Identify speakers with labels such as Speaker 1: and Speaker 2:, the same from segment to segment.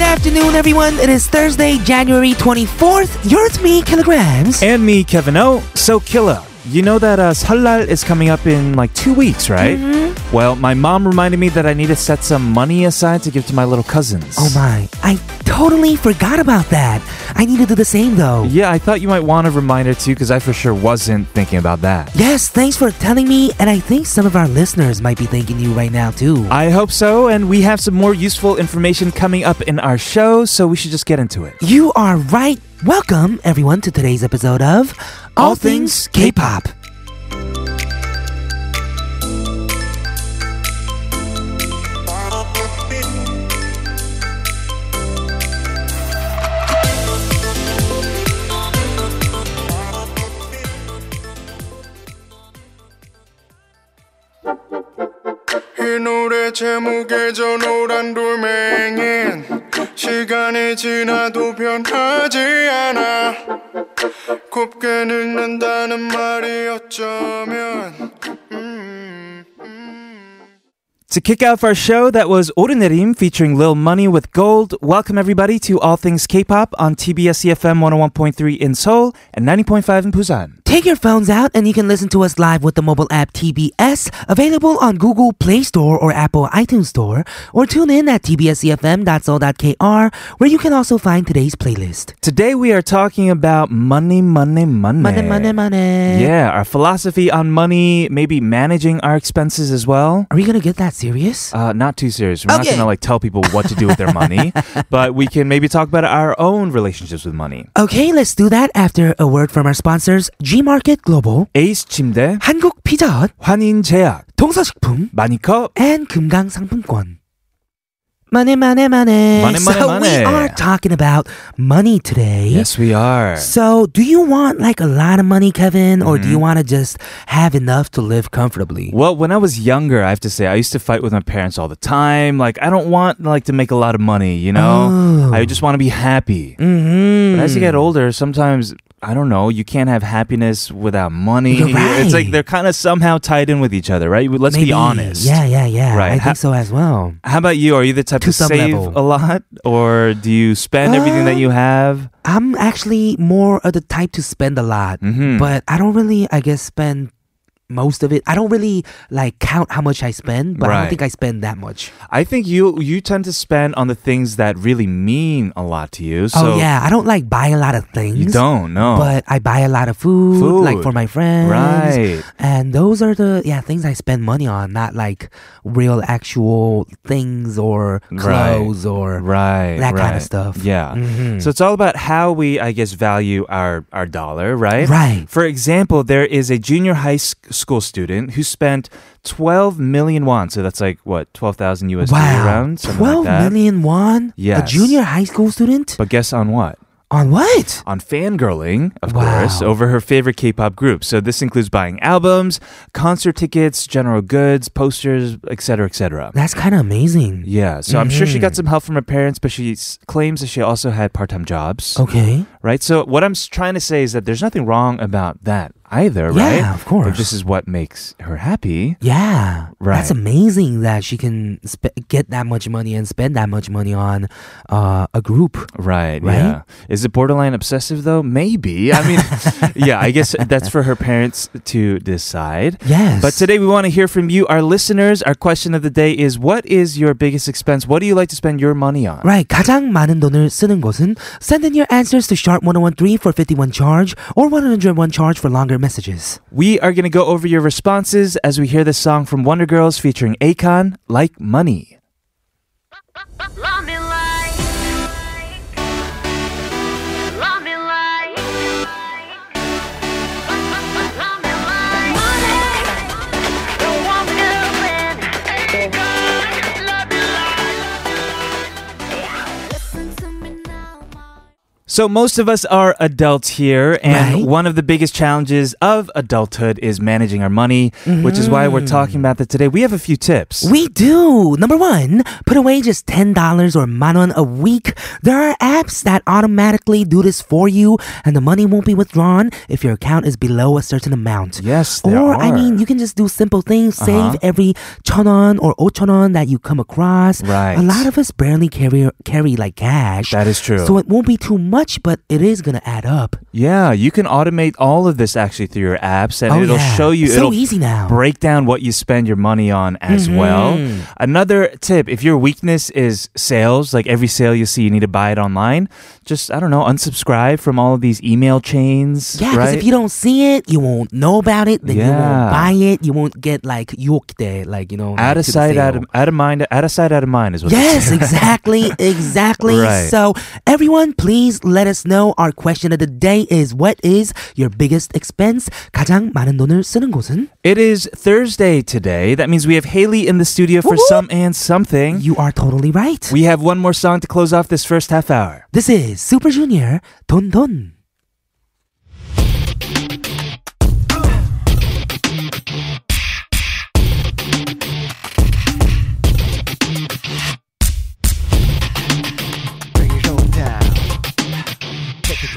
Speaker 1: afternoon, everyone. It is Thursday, January 24th. You're with me, Kilograms.
Speaker 2: And me, Kevin O. So, Killa, you know that uh, Salal is coming up in like two weeks, right? Well, my mom reminded me that I need to set some money aside to give to my little cousins.
Speaker 1: Oh my, I totally forgot about that. I need to do the same though.
Speaker 2: Yeah, I thought you might want a reminder too, because I for sure wasn't thinking about that.
Speaker 1: Yes, thanks for telling me, and I think some of our listeners might be thanking you right now too.
Speaker 2: I hope so, and we have some more useful information coming up in our show, so we should just get into it.
Speaker 1: you are right. Welcome, everyone, to today's episode of
Speaker 2: All Things K-Pop.
Speaker 3: 이 노래 제목에 저 노란 돌멩이는 시간이 지나도 변하지 않아 곱게 늙는다는 말이 어쩌면 음, 음.
Speaker 2: To kick off our show, that was Orunerim featuring Lil Money with Gold. Welcome everybody to All Things K-pop on TBS EFM 101.3 in Seoul and 90.5 in Busan.
Speaker 1: Take your phones out and you can listen to us live with the mobile app TBS, available on Google Play Store or Apple iTunes Store, or tune in at tbscfm.so.kr, where you can also find today's playlist.
Speaker 2: Today we are talking about money, money, money.
Speaker 1: Money, money, money.
Speaker 2: Yeah, our philosophy on money, maybe managing our expenses as well.
Speaker 1: Are we gonna get that serious?
Speaker 2: Uh, not too serious. We're not
Speaker 1: Okay.
Speaker 2: gonna like tell people what to do with their money, but we can maybe talk about our own relationships with money.
Speaker 1: Okay, let's do that after a word from our sponsors, Gmarket Global,
Speaker 2: 에이스 침대,
Speaker 1: 한국 피자헛,
Speaker 2: 환인 제약,
Speaker 1: 동서식품,
Speaker 2: 마니컵.
Speaker 1: and 금강 상품권. Money, money, money.
Speaker 2: Money, money,
Speaker 1: so we
Speaker 2: money.
Speaker 1: are talking about money today.
Speaker 2: Yes, we are.
Speaker 1: So, do you want like a lot of money, Kevin, or do you
Speaker 2: Mm-hmm.
Speaker 1: want to just have enough to live comfortably?
Speaker 2: Well, when I was younger, I have to say I used to fight with my parents all the time. Like I don't want like to make a lot of money, you know.
Speaker 1: Oh.
Speaker 2: I just want to be happy.
Speaker 1: Mm-hmm.
Speaker 2: But as you get older, sometimes I don't know. You can't have happiness without money.
Speaker 1: You're right.
Speaker 2: It's like they're kind of somehow tied in with each other, right? Let's
Speaker 1: Maybe.
Speaker 2: be honest.
Speaker 1: Yeah, yeah, yeah.
Speaker 2: Right.
Speaker 1: I think
Speaker 2: Ha-
Speaker 1: so as well.
Speaker 2: How about you? Are you the type
Speaker 1: To
Speaker 2: to,
Speaker 1: some
Speaker 2: save
Speaker 1: level.
Speaker 2: a lot, or do you spend everything that
Speaker 1: Uh,
Speaker 2: you have?
Speaker 1: I'm actually more of the type to spend a lot,
Speaker 2: Mhm.
Speaker 1: but I don't really, I guess, spend most of it. I don't really like count how much I spend, but I don't
Speaker 2: Right.
Speaker 1: think I spend that much.
Speaker 2: I think you you tend to spend on the things that really mean a lot to you.
Speaker 1: oh
Speaker 2: So
Speaker 1: yeah, I don't like buy a lot of things.
Speaker 2: you don't know.
Speaker 1: But I buy a lot of food, like for
Speaker 2: Food.
Speaker 1: my friends.
Speaker 2: Right.
Speaker 1: And those are the yeah things I spend money on, not like real actual things or
Speaker 2: Right.
Speaker 1: clothes or
Speaker 2: right
Speaker 1: that kind
Speaker 2: right.
Speaker 1: of stuff.
Speaker 2: yeah
Speaker 1: Mhm.
Speaker 2: so it's all about how we i guess value our our dollar right
Speaker 1: Right.
Speaker 2: for example there is a junior high s- school student who spent 12 million won so that's like what 12000 usd
Speaker 1: Wow,
Speaker 2: around something like
Speaker 1: twelve
Speaker 2: that.
Speaker 1: million won. a
Speaker 2: Yes.
Speaker 1: junior high school student
Speaker 2: but guess on what
Speaker 1: on what?
Speaker 2: on fangirling, of
Speaker 1: Wow.
Speaker 2: course, over her favorite K pop group. So, this includes buying albums, concert tickets, general goods, posters, etc., etc.
Speaker 1: That's kind of amazing.
Speaker 2: Yeah, so I'm sure
Speaker 1: Mm-hmm.
Speaker 2: she got some help from her parents, but she s- claims that she also had part time jobs.
Speaker 1: Okay.
Speaker 2: right? So what I'm s- trying to say is that there's nothing wrong about that either,
Speaker 1: Yeah,
Speaker 2: right?
Speaker 1: of course.
Speaker 2: If this is what makes her happy.
Speaker 1: Yeah, That's
Speaker 2: Right.
Speaker 1: amazing that she can sp- get that much money and spend that much money on uh, a group.
Speaker 2: Right,
Speaker 1: Right?
Speaker 2: yeah. Is it borderline obsessive though? Maybe. I mean, yeah, I guess that's for her parents to decide.
Speaker 1: Yes.
Speaker 2: But today we want to hear from you, our listeners. Our question of the day is what is your biggest expense? What do you like to spend your money on?
Speaker 1: Right, 가장 많은 돈을 쓰는 곳은 Send in your answers to sharp1013 for 51 charge or 101 charge for longer messages.
Speaker 2: We are going to go over your responses as we hear this song from Wonder Girls featuring Akon, Like Money.
Speaker 4: Love me like, love me like, love me like money. Don't want me to win. Ain't good. Love me like. Listen to me now, my.
Speaker 2: So most of us are adults here, and
Speaker 1: Right.
Speaker 2: one of the biggest challenges of adulthood is managing our money, which is why we're talking about that today. We have a few tips.
Speaker 1: Mm. We do. Number one, put away just ten dollars or manon a week. There are apps that automatically do this for you, and the money won't be withdrawn if your account is below a certain amount.
Speaker 2: Yes, there
Speaker 1: Or I
Speaker 2: are. Uh-huh.
Speaker 1: mean, you can just do simple things. Save every 천원 or 오천원 that you come across.
Speaker 2: Right.
Speaker 1: A lot of us barely carry carry like cash.
Speaker 2: that is true.
Speaker 1: So it won't be too much, but it is gonna add up.
Speaker 2: yeah, you can automate all of this actually through your apps, and
Speaker 1: oh
Speaker 2: it'll
Speaker 1: yeah.
Speaker 2: show you.
Speaker 1: So
Speaker 2: it'll
Speaker 1: easy Mm-hmm. now.
Speaker 2: break down what you spend your money on as well. Another tip if your weakness is sales, like every sale you see, you need to buy it online, just, I don't know, unsubscribe from all of these email chains.
Speaker 1: Yeah, because if
Speaker 2: right?
Speaker 1: you don't see it, you won't know about it. Then you
Speaker 2: Yeah.
Speaker 1: won't buy it. You won't get like yoked, like you know, like,
Speaker 2: out of
Speaker 1: to the
Speaker 2: sight, out
Speaker 1: sale.
Speaker 2: of, out of mind, out of sight, out of mind is what. they
Speaker 1: Yes,
Speaker 2: say.
Speaker 1: exactly, exactly.
Speaker 2: Right.
Speaker 1: So, everyone, please let us know. Our question of the day is: What is your biggest expense? 가장 많은 돈을 쓰는 곳은?
Speaker 2: it is Thursday today. That means we have Haley in the studio for
Speaker 1: Woo-woo.
Speaker 2: some and something.
Speaker 1: You are totally right.
Speaker 2: We have one more song to close off this first half hour.
Speaker 1: this is Super Junior Don Don.
Speaker 5: Bring it on down. Take it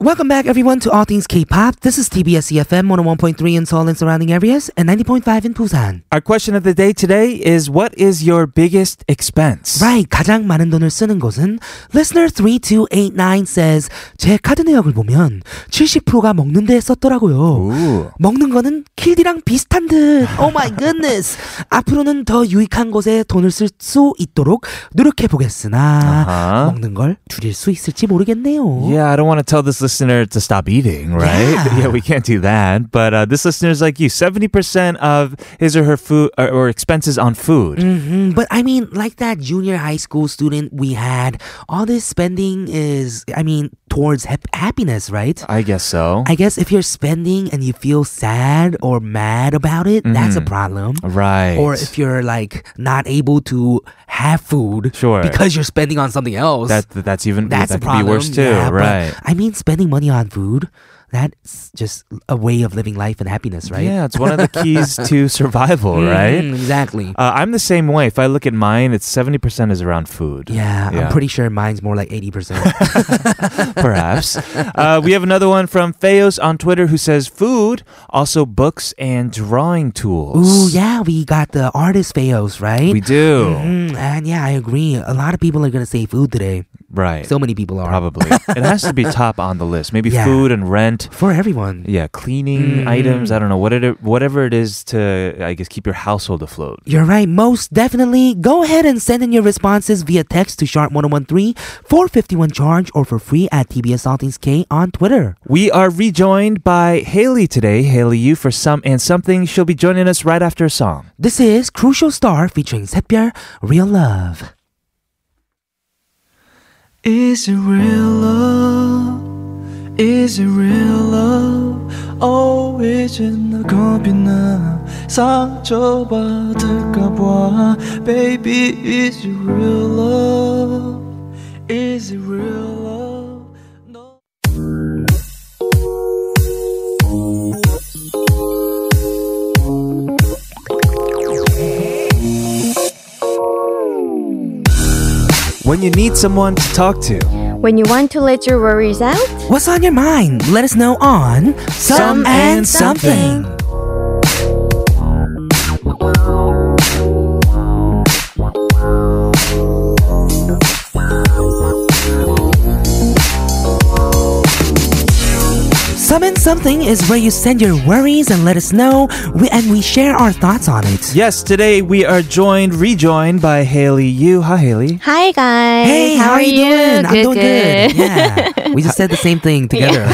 Speaker 1: Welcome back, everyone, to All Things K-pop. This is TBS EFM 101.3 in Seoul and surrounding areas, and 90.5 in Busan.
Speaker 2: Our question of the day today is what is your biggest expense?
Speaker 1: Right, 가장 많은 돈을 쓰는 곳은 Listener 3289 says 제 카드 내역을 보면 70%가 먹는 데 썼더라고요.
Speaker 2: Ooh.
Speaker 1: 먹는 거는 킬디랑 비슷한 듯. Oh my goodness. 앞으로는 더 유익한 곳에 돈을 쓸 수 있도록 노력해 보겠으나
Speaker 2: 아하. 예.
Speaker 1: 먹는 걸 줄일 수 있을지 모르겠네요.
Speaker 2: Yeah, I don't want to tell this listener to stop eating, right?
Speaker 1: Yeah.
Speaker 2: we can't do that. But uh, this listener's like you, 70% of his or her food or, or expenses on food.
Speaker 1: Mm, but I mean, like that junior high school student we had, all this spending is, I mean, towards hap- happiness, right?
Speaker 2: I guess so.
Speaker 1: I guess if you're spending and you feel sad or mad about it, that's a problem.
Speaker 2: Mm-hmm. right.
Speaker 1: Or if you're like not able to have food
Speaker 2: Sure.
Speaker 1: because you're spending on something else,
Speaker 2: that, that's even
Speaker 1: that's
Speaker 2: that
Speaker 1: a
Speaker 2: could be
Speaker 1: problem.
Speaker 2: worse too,
Speaker 1: Yeah, but
Speaker 2: right?
Speaker 1: I mean, spending money on food, that's just a way of living life and happiness, right?
Speaker 2: Yeah, it's one of the keys to survival, right?
Speaker 1: Mm, exactly.
Speaker 2: Uh, I'm the same way. If I look at mine, it's 70% is around food.
Speaker 1: yeah, I'm pretty sure mine's more like 80%.
Speaker 2: perhaps. Uh, we have another one from Feos on Twitter who says food, also books and drawing
Speaker 1: Ooh,
Speaker 2: tools.
Speaker 1: yeah, we got the artist fails, right?
Speaker 2: We do.
Speaker 1: Mm, and yeah, I agree. A lot of people are gonna say food today.
Speaker 2: Right.
Speaker 1: So many people are
Speaker 2: Probably. it has to be top on the list. Maybe
Speaker 1: Yeah.
Speaker 2: food and rent.
Speaker 1: for everyone.
Speaker 2: Yeah, cleaning items. I don't know. What it, whatever it is to, I guess, keep your household afloat.
Speaker 1: You're right, most definitely. Go ahead and send in your responses via text to sharp1013 451 charge or for free at TBS All Things K on Twitter.
Speaker 2: We are rejoined by Haley today. Haley, you for some and something. She'll be joining us right after a song.
Speaker 1: This is Crucial Star featuring Sepia Real Love.
Speaker 6: Is it real love? Is it real love? Oh, 이젠 나 겁이 나 상처받을까봐 Baby, is it real love? Is it real love? 너-
Speaker 2: When you need someone to talk to.
Speaker 7: When you want to let your worries out,
Speaker 1: What's on your mind? Let us know on
Speaker 2: Some and Something.
Speaker 1: Some and something is where you send your worries and let us know, we, and we share our thoughts on it.
Speaker 2: Yes, today we are joined, rejoined by Haley Yu. Hi, Haley.
Speaker 7: Hi guys.
Speaker 1: Hey, how, are you doing? I'm
Speaker 7: Good,
Speaker 1: doing good. Yeah. We just said the same thing together.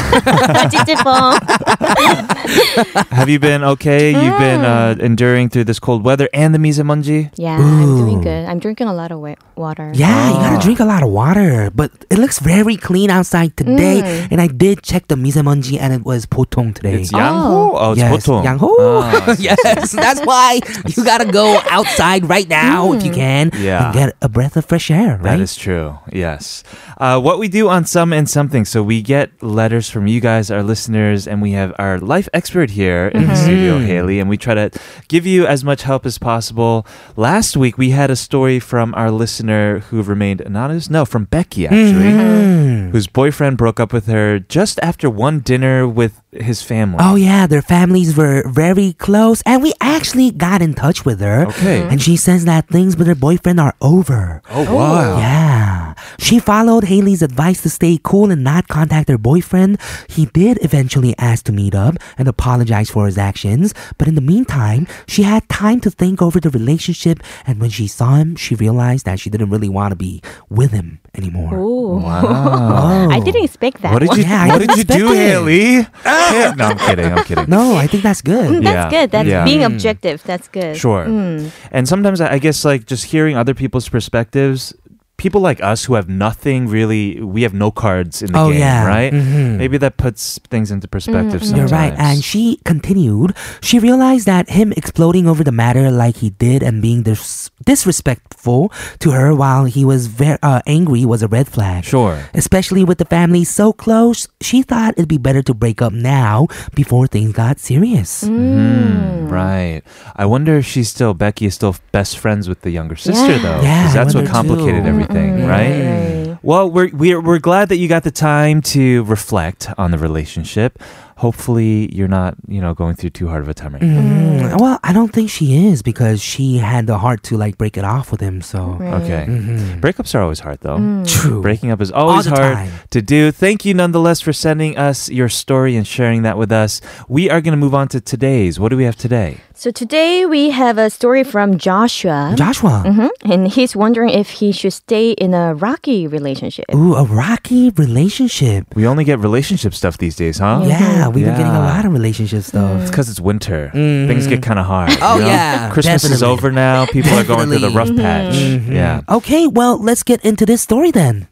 Speaker 2: Have you been okay? You've been uh, enduring through this cold weather and the mizemonji.
Speaker 7: yeah, I'm doing good. I'm drinking a lot of wa- water.
Speaker 1: Yeah, you gotta drink a lot of water. But it looks very clean outside today. And I did check the mizemonji and it was potong today.
Speaker 2: It's Yangho. Oh, it's Ah.
Speaker 1: yes,
Speaker 2: Botung.
Speaker 1: Yangho. yes, that's why you gotta go outside right now if you can
Speaker 2: Yeah.
Speaker 1: and get a breath of fresh air, right?
Speaker 2: That is true. Yes. Uh, what we do on some and something. So we get letters from you guys, our listeners, and we have our life expert here in
Speaker 1: Mm-hmm.
Speaker 2: the studio,
Speaker 1: Mm.
Speaker 2: Haley, and we try to give you as much help as possible. Last week we had a story from our listener who remained anonymous. No, from Becky actually,
Speaker 1: Mm-hmm.
Speaker 2: whose boyfriend broke up with her just after one dinner with his family.
Speaker 1: Oh yeah, their families were very close, and we actually got in touch with her.
Speaker 2: Okay.
Speaker 7: Mm-hmm.
Speaker 1: And she says that things with her boyfriend are over.
Speaker 2: Oh, wow.
Speaker 1: Yeah. She followed Haley's advice to stay cool and not contact her boyfriend. He did eventually ask to meet up and apologize for his actions, but in the meantime, she had time to think over the relationship and when she saw him, she realized that she didn't really want to be with him anymore.
Speaker 7: Ooh.
Speaker 2: Wow.
Speaker 1: Oh.
Speaker 7: I didn't expect that.
Speaker 2: What did you?
Speaker 1: Yeah, I
Speaker 2: what did you do,
Speaker 1: expected.
Speaker 2: Haley? Yeah. no, I'm kidding. I'm kidding.
Speaker 1: Oh. No, I think that's good.
Speaker 7: Mm, That's
Speaker 2: Yeah,
Speaker 7: good. That's
Speaker 2: yeah.
Speaker 1: Mm.
Speaker 7: being objective. That's good.
Speaker 2: Sure.
Speaker 1: Hmm.
Speaker 2: And sometimes I I guess like just hearing other people's perspectives, people like us who have nothing really, we have no cards in the
Speaker 1: Oh,
Speaker 2: game,
Speaker 1: yeah.
Speaker 2: right?
Speaker 1: Mhm.
Speaker 2: Maybe that puts things into perspective.
Speaker 1: You're
Speaker 2: Sometimes.
Speaker 1: right. And she continued. She realized that him exploding over the matter like he did and being dis- disrespectful to her while he was very uh, angry was a red flag.
Speaker 2: sure.
Speaker 1: Especially with the family so close, she thought it'd be better to break up now before things got serious. Hmm.
Speaker 2: Mm, right. I wonder if she's still Becky is still best friends with the younger sister
Speaker 7: Yeah.
Speaker 2: though,
Speaker 1: Yeah, I
Speaker 2: that's what
Speaker 1: wonder too.
Speaker 2: complicated everything,
Speaker 7: Mm,
Speaker 2: right?
Speaker 7: right.
Speaker 2: Well, we're, we're we're glad that you got the time to reflect on the relationship. Hopefully, you're not you know going through too hard of a time right now.
Speaker 1: Mm, Well, I don't think she is because she had the heart to like break it off with him. So
Speaker 2: Okay.
Speaker 1: Mm-hmm.
Speaker 2: Breakups are always hard, though.
Speaker 1: true.
Speaker 2: Breaking up is always
Speaker 1: All the
Speaker 2: hard
Speaker 1: time.
Speaker 2: to do. Thank you, nonetheless, for sending us your story and sharing that with us. We are going to move on to today's. What do we have today?
Speaker 7: So today we have a story from Joshua,
Speaker 1: Joshua.
Speaker 7: Mhm. and he's wondering if he should stay in a rocky relationship.
Speaker 1: Ooh, a rocky relationship.
Speaker 2: We only get relationship stuff these days, huh?
Speaker 1: Yeah, we've been getting a
Speaker 2: Yeah.
Speaker 1: lot of relationship stuff.
Speaker 2: It's because it's winter. Things get kind of hard.
Speaker 1: Mm-hmm. Oh,
Speaker 2: you know?
Speaker 1: yeah,
Speaker 2: Christmas
Speaker 1: definitely.
Speaker 2: is
Speaker 1: Mm-hmm.
Speaker 2: over now. People are going through the rough
Speaker 1: Definitely.
Speaker 2: patch. Yeah.
Speaker 1: Okay, well, let's get into this story then.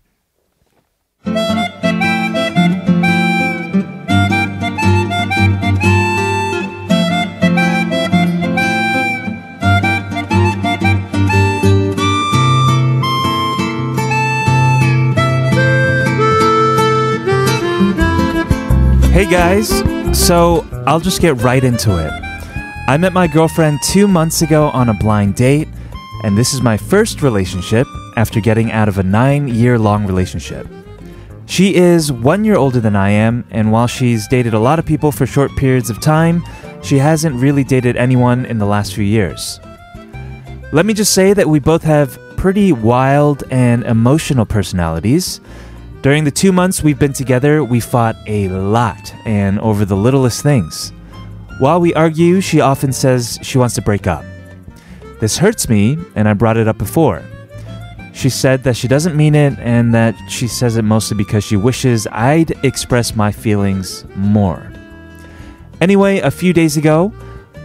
Speaker 2: Hey guys, so I'll just get right into it. I met my girlfriend two months ago on a blind date, and this is my first relationship after getting out of a nine year long relationship. She is one year older than I am, and while she's dated a lot of people for short periods of time, she hasn't really dated anyone in the last few years. Let me just say that we both have pretty wild and emotional personalities. During the two months we've been together, we fought a lot and over the littlest things. While we argue, she often says she wants to break up. This hurts me, and I brought it up before. She said that she doesn't mean it and that she says it mostly because she wishes I'd express my feelings more. Anyway, a few days ago,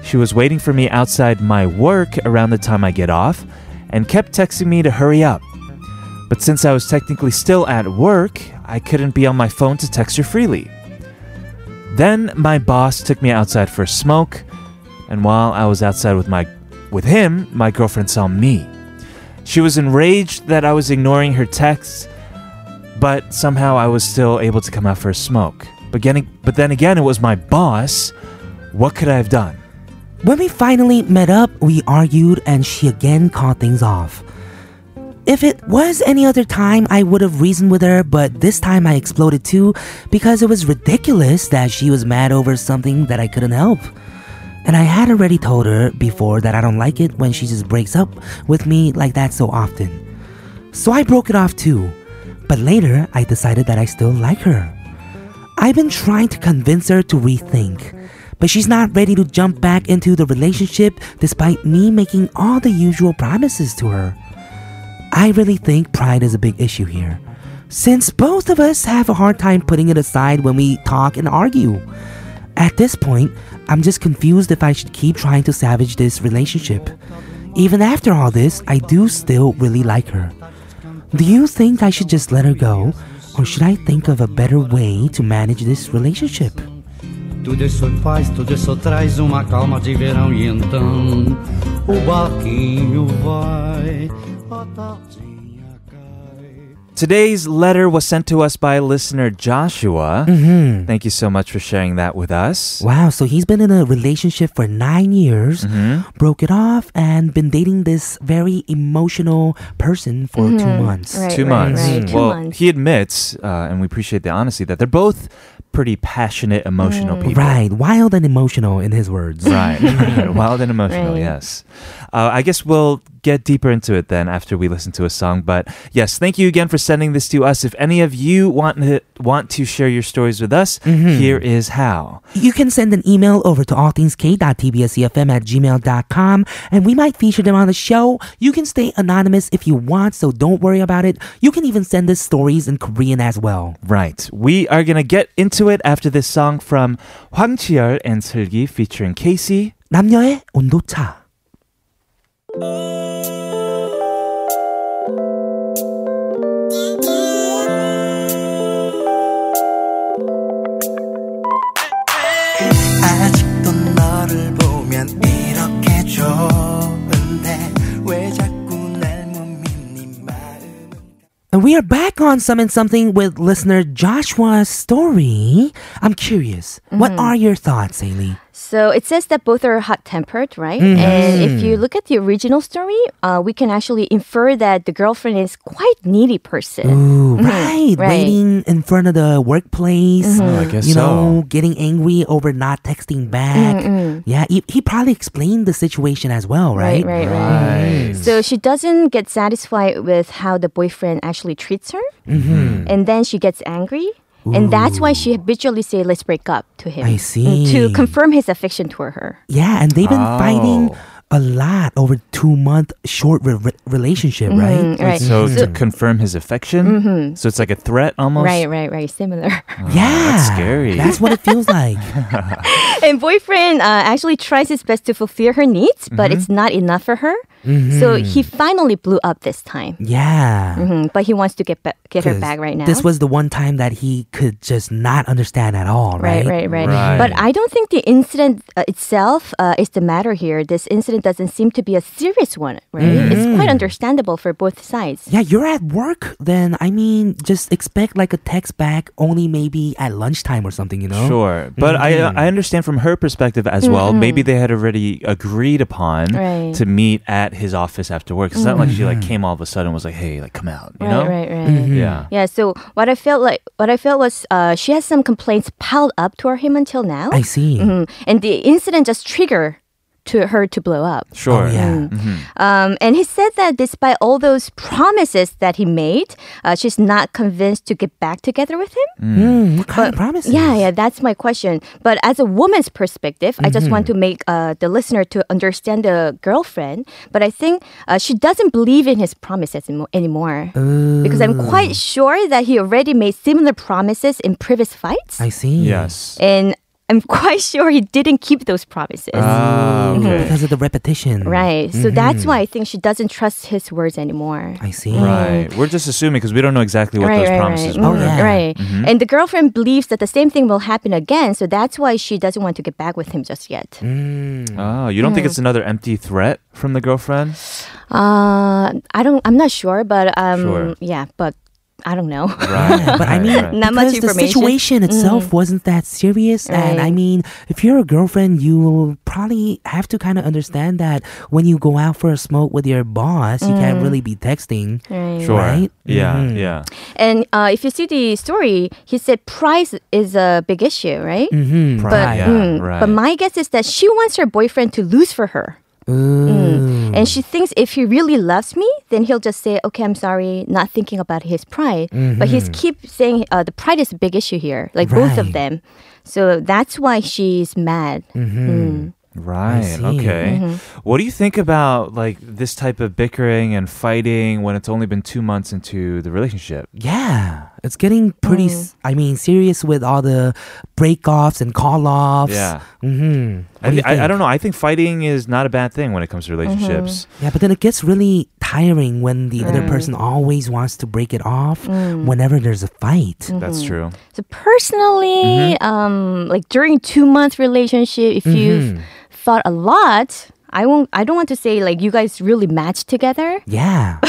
Speaker 2: she was waiting for me outside my work around the time I get off and kept texting me to hurry up. But since I was technically still at work, I couldn't be on my phone to text her freely. Then my boss took me outside for a smoke, and while I was outside with my with him, my girlfriend saw me. She was enraged that I was ignoring her texts, but somehow I was still able to come out for a smoke. But, getting, but then again, it was my boss. What could I have done?
Speaker 1: When we finally met up, we argued and she again called things off. If it was any other time, I would have reasoned with her, but this time I exploded too because it was ridiculous that she was mad over something that I couldn't help. And I had already told her before that I don't like it when she just breaks up with me like that so often. So I broke it off too. But later, I decided that I still like her. I've been trying to convince her to rethink, but she's not ready to jump back into the relationship despite me making all the usual promises to her. I really think pride is a big issue here, since both of us have a hard time putting it aside when we talk and argue. At this point, I'm just confused if I should keep trying to savage this relationship. Even after all this, I do still really like her. Do you think I should just let her go, or should I think of a better way to manage this relationship?
Speaker 8: Tudo isso faz, tudo isso traz uma calma de verão e então o barquinho vai, a tardinha cai.
Speaker 2: Today's letter was sent to us by listener Joshua. Mm-hmm. Thank you so much for sharing that with us.
Speaker 1: Wow, so he's been in a relationship for nine years,
Speaker 2: Mm-hmm.
Speaker 1: broke it off, and been dating this very emotional person for two months.
Speaker 7: Right,
Speaker 2: Two
Speaker 7: right,
Speaker 2: months.
Speaker 7: Right, Two
Speaker 2: Well,
Speaker 7: months.
Speaker 2: he admits, uh, and we appreciate the honesty, that they're both pretty passionate, emotional
Speaker 7: Mm.
Speaker 2: people.
Speaker 1: Right, wild and emotional in his words.
Speaker 2: Right. Wild and emotional,
Speaker 7: Right.
Speaker 2: yes. Uh, I guess we'll get deeper into it then after we listen to a song. But yes, thank you again for sending this to us. If any of you want to, want to share your stories with us, here is how.
Speaker 1: You can send an email over to allthingsk.tbscfm at gmail.com and we might feature them on the show. You can stay anonymous if you want, so don't worry about it. You can even send us stories in Korean as well.
Speaker 2: Right. We are going to get into it after this song from Hwang Chi-yeol and Seulgi featuring Casey.
Speaker 1: 남녀의 온도차.
Speaker 5: 아직도 너를 보면 이렇게 좋은데 왜 자꾸 날 못 믿니 마음은
Speaker 1: And we are back on Some and Something with listener Joshua's story. I'm curious, what are your thoughts, Ailey?
Speaker 7: So it says that both are hot tempered, right?
Speaker 1: Mm-hmm.
Speaker 7: And if
Speaker 1: Mm.
Speaker 7: you look at the original story, uh, we can actually infer that the girlfriend is quite needy person.
Speaker 1: Ooh, right,
Speaker 7: Mm-hmm. right. Mm-hmm.
Speaker 1: waiting in front of the workplace.
Speaker 2: I guess
Speaker 1: you
Speaker 2: so.
Speaker 1: know, getting angry over not texting back. Yeah, he, he probably explained the situation as well, right?
Speaker 7: Mm-hmm. right, right. So she doesn't get satisfied with how the boyfriend actually treats her,
Speaker 1: Mm-hmm.
Speaker 7: and then she gets angry, and that's why she habitually say, "Let's break up" to him.
Speaker 1: I
Speaker 7: mm,
Speaker 1: see.
Speaker 7: To confirm his affection toward her.
Speaker 1: Yeah, and they've been fighting
Speaker 2: Oh.
Speaker 1: a lot over two month short re- re- relationship, right?
Speaker 7: Mm, right.
Speaker 2: So
Speaker 1: Mm-hmm.
Speaker 2: to confirm his affection. So it's like a threat almost.
Speaker 7: Mm-hmm. Right, right, right. Similar.
Speaker 1: Yeah,
Speaker 2: Oh, that's scary.
Speaker 1: That's what it feels like.
Speaker 7: and boyfriend uh, actually tries his best to fulfill her needs, but
Speaker 1: Mm-hmm.
Speaker 7: it's not enough for her. So he finally blew up this time.
Speaker 1: yeah.
Speaker 7: Mm, but he wants to get ba- get her
Speaker 1: 'Cause
Speaker 7: back right now.
Speaker 1: This was the one time that he could just not understand at all, right?
Speaker 7: Right, right, right,
Speaker 2: Right.
Speaker 7: But I don't think the incident uh, itself uh, is the matter here. This incident doesn't seem to be a serious one, right?
Speaker 2: Mm-hmm.
Speaker 7: It's quite understandable for both sides.
Speaker 1: Yeah, you're at work, then I mean, just expect like a text back only maybe at lunchtime or something, you know?
Speaker 2: Sure, but
Speaker 1: Mm-hmm.
Speaker 2: I I understand from her perspective as well. Maybe they had already agreed upon
Speaker 7: Mm-hmm. Right.
Speaker 2: to meet at his office after work. It's not like she
Speaker 1: Mm-hmm.
Speaker 2: like came all of a sudden and was like, "Hey, like come out," you
Speaker 7: Right,
Speaker 2: know?
Speaker 7: right, right.
Speaker 2: Yeah.
Speaker 7: Yeah. So what I felt like, what I felt was, uh, she has some complaints piled up toward him until now,
Speaker 1: I see.
Speaker 7: Mm, and the incident just trigger to her to blow up.
Speaker 1: Oh,
Speaker 2: Sure.
Speaker 1: yeah.
Speaker 7: Um, and he said that despite all those promises that he made, uh, she's not convinced to get back together with him.
Speaker 2: Mm-hmm.
Speaker 1: Mm, what kind of promises?
Speaker 7: Yeah, yeah, that's my question. But as a woman's perspective, I just want to make uh, the listener to understand the girlfriend. But I think uh, she doesn't believe in his promises animo- anymore because I'm quite sure that he already made similar promises in previous fights,
Speaker 1: I see.
Speaker 2: Yes.
Speaker 7: and I'm quite sure he didn't keep those promises.
Speaker 2: Ah, okay.
Speaker 1: Mm-hmm. Because of the repetition.
Speaker 7: Right. So that's why I think she doesn't trust his words anymore.
Speaker 1: I see.
Speaker 2: Right. We're just assuming because we don't know exactly what those promises
Speaker 7: Mm-hmm. right. Mm, Mm-hmm.
Speaker 2: were.
Speaker 1: Oh, yeah.
Speaker 7: Right. And the girlfriend believes that the same thing will happen again, so that's why she doesn't want to get back with him just yet.
Speaker 1: Mm-hmm.
Speaker 2: Oh, you don't
Speaker 7: Mm-hmm.
Speaker 2: think it's another empty threat from the girlfriend?
Speaker 7: Uh, I don't. I'm not sure, but um,
Speaker 2: Sure.
Speaker 7: yeah, but I don't know.
Speaker 2: Right.
Speaker 1: Yeah, but I
Speaker 2: right,
Speaker 1: mean,
Speaker 2: right.
Speaker 7: Not much
Speaker 1: because the
Speaker 7: information. Mm-hmm.
Speaker 1: situation itself wasn't that serious, and I
Speaker 7: Right.
Speaker 1: mean, if you're a girlfriend, you'll probably have to kind of understand that when you go out for a smoke with your boss, you
Speaker 7: Mm-hmm.
Speaker 1: can't really be texting.
Speaker 7: Right.
Speaker 2: Sure.
Speaker 1: Right?
Speaker 2: Yeah.
Speaker 1: Mhm.
Speaker 2: Yeah.
Speaker 7: And uh, if you see the story, he said price is a big issue, right?
Speaker 1: Mm-hmm.
Speaker 7: But
Speaker 2: yeah,
Speaker 7: mm,
Speaker 2: right.
Speaker 7: but my guess is that she wants her boyfriend to lose for her. And she thinks if he really loves me, then he'll just say, "Okay, I'm sorry," not thinking about his pride. But he's
Speaker 2: Mm-hmm.
Speaker 7: keep saying uh, the pride is a big issue here, like both
Speaker 1: Right.
Speaker 7: of them. So that's why she's mad.
Speaker 2: Mm-hmm.
Speaker 7: Mm.
Speaker 2: Right.
Speaker 1: see. Mm-hmm.
Speaker 2: Okay. What do you think about like this type of bickering and fighting when it's only been two months into the relationship?
Speaker 1: Yeah, it's getting pretty.
Speaker 7: Mm.
Speaker 1: s I I mean, serious with all the break-offs and call-offs.
Speaker 2: Yeah.
Speaker 1: Mm-hmm.
Speaker 2: I, thi- I, I don't know. I think fighting is not a bad thing when it comes to relationships.
Speaker 1: Yeah, but then it gets really tiring when the
Speaker 7: Mm.
Speaker 1: other person always wants to break it off whenever there's a fight.
Speaker 7: Mm.
Speaker 2: That's true.
Speaker 7: So personally,
Speaker 2: Mm-hmm.
Speaker 7: um, like during two month relationship, if
Speaker 2: Mm-hmm.
Speaker 7: you've fought a lot. I won't. I don't want to say like you guys really match together.
Speaker 1: Yeah,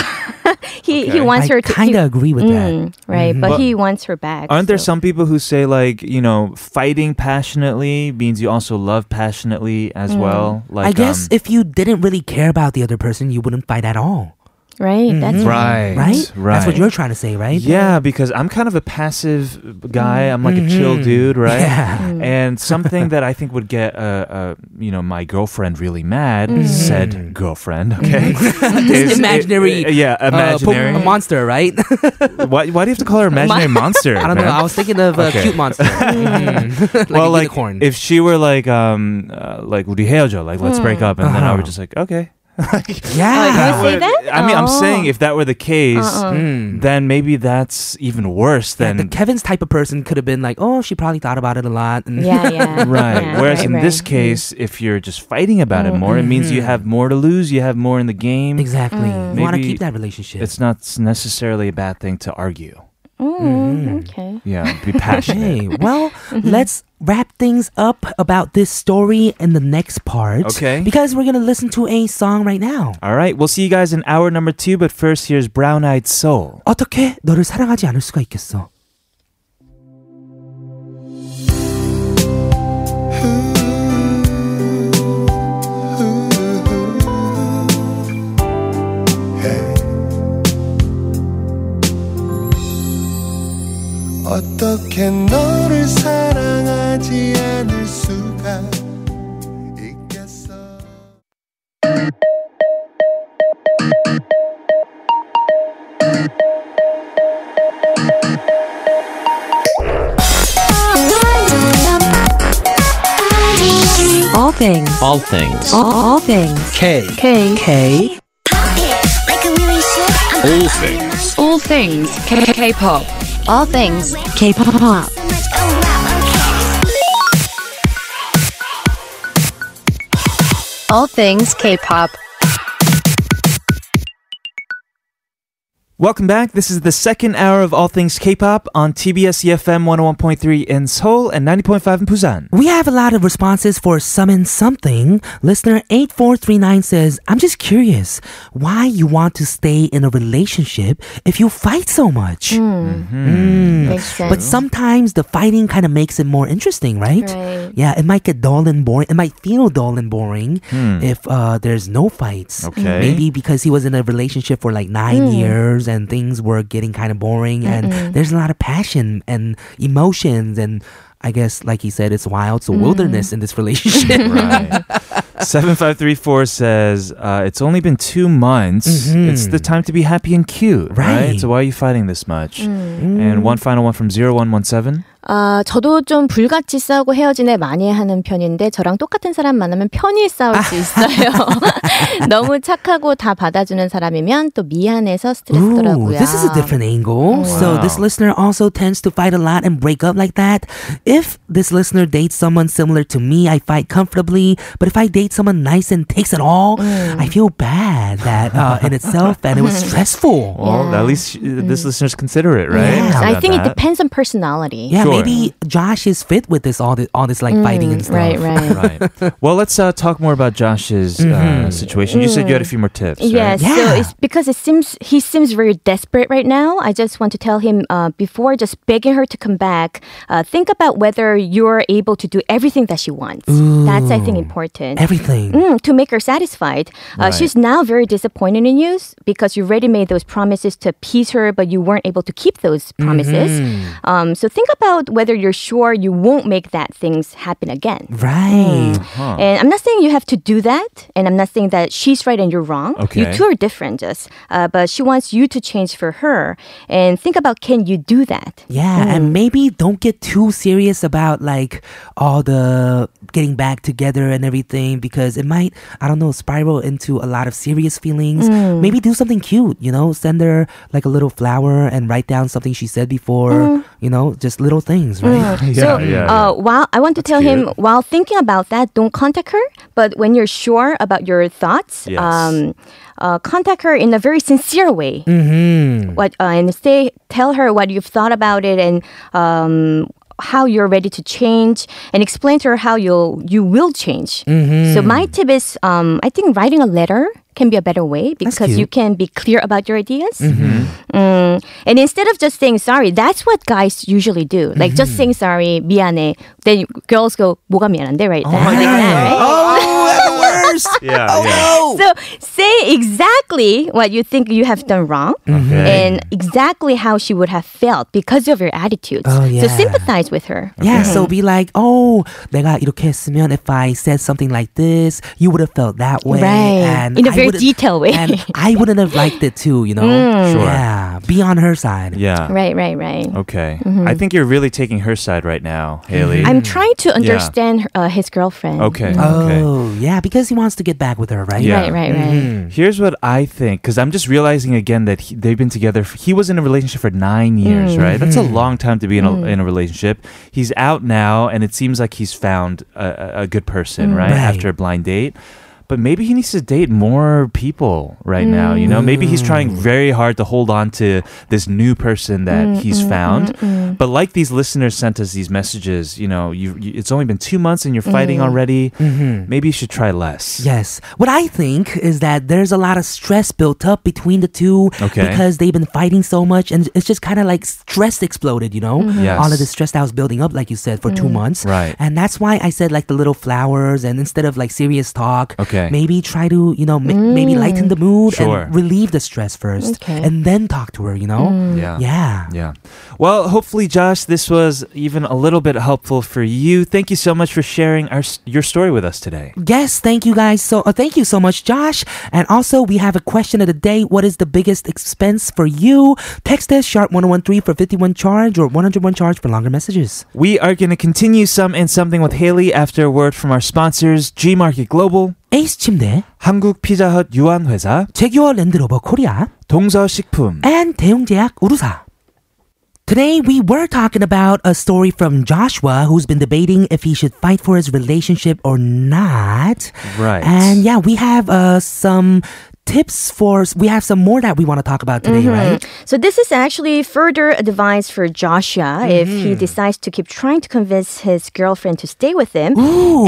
Speaker 7: He
Speaker 2: Okay.
Speaker 7: he wants
Speaker 1: I
Speaker 7: her to
Speaker 1: kind of agree with
Speaker 7: he-
Speaker 1: that.
Speaker 7: Mm, right,
Speaker 2: But
Speaker 7: but, he wants her back.
Speaker 2: Aren't there
Speaker 7: so-
Speaker 2: some people who say like you know fighting passionately means you also love passionately as well?
Speaker 1: Mm. I
Speaker 2: Like
Speaker 1: guess
Speaker 2: um,
Speaker 1: if you didn't really care about the other person, you wouldn't fight at all,
Speaker 7: right? That's
Speaker 2: right,
Speaker 1: right?
Speaker 2: right.
Speaker 1: That's what you're trying to say, right?
Speaker 2: Yeah, because I'm kind of a passive guy.
Speaker 1: Mm.
Speaker 2: I'm like
Speaker 1: Mm-hmm.
Speaker 2: a chill dude, right? And something that I think would get, uh, uh, you know, my girlfriend really mad,
Speaker 1: Mm-hmm.
Speaker 2: said girlfriend, okay? is it-
Speaker 1: imaginary,
Speaker 2: uh, yeah,
Speaker 1: Uh, Poke- a
Speaker 2: imaginary.
Speaker 1: monster, right?
Speaker 2: why, why do you have to call her imaginary monster?
Speaker 1: I don't know. I was thinking of a
Speaker 2: Okay.
Speaker 1: cute monster, Mhm. like a
Speaker 2: well, like
Speaker 1: unicorn.
Speaker 2: if she were like, um, uh, like 우리 헤어져, like let's break up, and then I
Speaker 1: Uh-huh.
Speaker 2: would just like, okay.
Speaker 1: yeah,
Speaker 7: Say
Speaker 2: Would-
Speaker 7: that?
Speaker 2: I mean, I'm
Speaker 7: Oh.
Speaker 2: saying if that were the case,
Speaker 1: Mm.
Speaker 2: then maybe that's even worse
Speaker 1: Yeah,
Speaker 2: than
Speaker 1: the Kevin's type of person could have been like, oh, she probably thought about it a lot. And
Speaker 7: Yeah, yeah.
Speaker 2: Right.
Speaker 7: Yeah,
Speaker 2: Whereas
Speaker 7: right,
Speaker 2: in
Speaker 7: right.
Speaker 2: this case, if you're just fighting about it more, it means you have more to lose. You have more in the game.
Speaker 1: Mm-hmm. exactly. You want to
Speaker 2: Maybe
Speaker 1: keep that relationship.
Speaker 2: It's not s- necessarily a bad thing to argue. Mm-hmm.
Speaker 7: Mm, okay.
Speaker 2: Yeah, be passionate.
Speaker 1: Okay, well, let's wrap things up about this story in the next part.
Speaker 2: Okay.
Speaker 1: Because we're going to listen to a song right now.
Speaker 2: All right, we'll see you guys in hour number two. But first, here's Brown Eyed Soul.
Speaker 1: 어떻게 너를 사랑하지 않을 수가 있겠어.
Speaker 3: 어떻게 너를 사랑하지 않을 수가 있겠어
Speaker 9: All things. All things. All, all things.
Speaker 5: K.
Speaker 9: K.
Speaker 1: K.
Speaker 5: All things.
Speaker 9: All things. K. K. Pop. All things. K. Pop. All things K. Pop.
Speaker 2: Welcome back. This is the second hour of All Things K-pop on TBS EFM 101.3 in Seoul and 90.5 in Busan.
Speaker 1: We have a lot of responses for Summon Something. Listener 8439 says, I'm just curious why you want to stay in a relationship if you fight so much.
Speaker 2: Mm-hmm.
Speaker 7: Makes sense.
Speaker 1: But sometimes the fighting kind of makes it more interesting, right?
Speaker 7: Right.
Speaker 1: Yeah, it might get dull and boring. It might feel dull and boring if uh, there's no fights.
Speaker 2: Okay.
Speaker 1: Maybe because he was in a relationship for like nine years and things were getting kind of boring and there's a lot of passion and emotions and I guess, like he said, it's wild, so wilderness in this relationship.
Speaker 2: Right. 7534 says, uh, It's only been two months. It's the time to be happy and cute, Mm-hmm. right? Mm.
Speaker 1: Right.
Speaker 2: So why are you fighting this much? And one final one from 0117.
Speaker 7: 아, 저도 좀 불같이 싸우고 헤어진 애 많이 하는 편인데 저랑 똑같은 사람 만나면 편히 싸울 수 있어요. 너무 착하고 다 받아주는 사람이면 또 미안해서 스트레스더라고요.
Speaker 1: this is a different angle. So
Speaker 2: Oh, Wow.
Speaker 1: this listener also tends to fight a lot and break up like that. If this listener dates someone similar to me, I fight comfortably. But if I date someone nice and takes it all, I
Speaker 2: Mm.
Speaker 1: feel bad that uh, in itself, and it was stressful.
Speaker 2: Well, at least uh, this listener's considerate, right?
Speaker 1: Mm. Yeah.
Speaker 2: about
Speaker 7: I think it
Speaker 2: that.
Speaker 7: depends on personality.
Speaker 1: Yeah,
Speaker 2: Sure. Mm,
Speaker 1: maybe Josh is fit with this all this all this like fighting and stuff.
Speaker 7: Right, right.
Speaker 2: Right. Well, let's uh, talk more about Josh's
Speaker 1: Mm-hmm.
Speaker 2: uh, situation. You said you had a few more tips. right?
Speaker 7: Yes, so
Speaker 1: Yeah.
Speaker 7: it's because it seems he seems very desperate right now. I just want to tell him uh, before just begging her to come back, uh, think about whether you're able to do everything that she wants. That's I think important.
Speaker 1: Everything.
Speaker 7: Mm, to make her satisfied. Uh,
Speaker 2: Right.
Speaker 7: She's now very disappointed in you s- because you
Speaker 2: Mm-hmm.
Speaker 7: already made those promises to appease her, but you weren't able to keep those promises. Um, so think about also whether you're sure you won't make that things happen again.
Speaker 1: Right.
Speaker 2: Uh-huh.
Speaker 7: And I'm not saying you have to do that, and I'm not saying that she's right and you're wrong.
Speaker 2: Okay.
Speaker 7: You two are different, just. Uh, but she wants you to change for her, and think about can you do that?
Speaker 1: Yeah,
Speaker 7: Hmm.
Speaker 1: and maybe don't get too serious about like all the getting back together and everything because it might, I don't know, spiral into a lot of serious feelings.
Speaker 7: Hmm.
Speaker 1: Maybe do something cute, you know, send her like a little flower and write down something she said before,
Speaker 7: Hmm.
Speaker 1: you know, just little things, right?
Speaker 7: so
Speaker 2: yeah,
Speaker 7: Uh, while I want to tell him
Speaker 2: cute.
Speaker 7: while thinking about that, don't contact her. But when you're sure about your thoughts,
Speaker 2: Yes.
Speaker 7: um, uh, contact her in a very sincere way.
Speaker 1: Hmm.
Speaker 7: What uh, and say tell her what you've thought about it and. Um, how you're ready to change and explain to her how you'll you will change. So my tip is, um, I think writing a letter can be a better way because you
Speaker 1: cute.
Speaker 7: can be clear about your ideas. Mm. And instead of just saying sorry, that's what guys usually do. Like just saying sorry, 미안해. Then girls go, 뭐가 미안한데, right? Oh like that, right?
Speaker 1: Oh, that's the worst.
Speaker 2: yeah,
Speaker 7: So say exactly what you think you have done wrong and exactly how she would have felt because of your attitudes.
Speaker 1: Oh,
Speaker 7: So
Speaker 1: yeah.
Speaker 7: sympathize with her.
Speaker 1: Yeah, so
Speaker 7: Hmm.
Speaker 1: be like, oh, 내가 이렇게 했으면 if I said something like this, you would have felt that way.
Speaker 7: Right. In a
Speaker 1: I
Speaker 7: very
Speaker 1: wouldn't-
Speaker 7: detailed way. Hmm.
Speaker 1: And I wouldn't have liked it too, you know?
Speaker 2: Sure.
Speaker 1: Yeah, be on her side.
Speaker 2: yeah.
Speaker 7: Right, Mm-hmm. right, right.
Speaker 2: Okay. I think you're really taking her side right now, Haley.
Speaker 1: Mm-hmm.
Speaker 7: I'm trying to understand her- uh, his girlfriend.
Speaker 2: okay. Okay.
Speaker 1: Oh, yeah, because he wants to get back with her, right?
Speaker 2: Yeah. Mm-hmm.
Speaker 7: Right, right, right.
Speaker 2: Here's what I think, because I'm just realizing again that he, they've been together. f- He was in a relationship for nine years, right? That's a long time to be in a, in a relationship. He's out now, and it seems like he's found a, a- a good person, right?
Speaker 1: Right.
Speaker 2: After a blind date. But maybe he needs to date more people right now, you know? Maybe he's trying very hard to hold on to this new person that he's found. But like these listeners sent us these messages, you know, you, you, it's only been two months and you're fighting already. Maybe you should try less.
Speaker 1: Yes. What I think is that there's a lot of stress built up between the two
Speaker 2: Okay.
Speaker 1: because they've been fighting so much and it's just kind of like stress exploded, you know?
Speaker 2: Mm-hmm. Yes.
Speaker 1: All of the stress that was building up, like you said, for two months.
Speaker 2: Right.
Speaker 1: And that's why I said like the little flowers and instead of like serious talk,
Speaker 2: Okay.
Speaker 1: maybe try to, you know, ma- maybe lighten the mood
Speaker 2: Sure.
Speaker 1: and relieve the stress first
Speaker 7: Okay.
Speaker 1: and then talk to her, you know?
Speaker 2: Yeah.
Speaker 1: Yeah.
Speaker 2: Yeah. Well, hopefully, Josh, this was even a little bit helpful for you. Thank you so much for sharing our, your story with us today.
Speaker 1: Yes, thank you guys so uh, thank you so much Josh. And also we have a question of the day. What is the biggest expense for you? Text us sharp 1013 for 51 charge or 101 charge for longer messages.
Speaker 2: We are going to continue some and something with Haley after a word from our sponsors, G Market Global,
Speaker 1: 에이스 침대,
Speaker 2: 한국 피자헛 유한회사,
Speaker 1: 제규어 랜드로버 코리아,
Speaker 2: 동서식품.
Speaker 1: and 대웅제약 우루사. Today, we were talking about a story from Joshua who's been debating if he should fight for his relationship or not.
Speaker 2: Right.
Speaker 1: And yeah, we have uh, some tips for, we have some more that we want to talk about today, right?
Speaker 7: So this is actually further advice for Joshua if
Speaker 2: Mm-hmm.
Speaker 7: he decides to keep trying to convince his girlfriend to stay with him,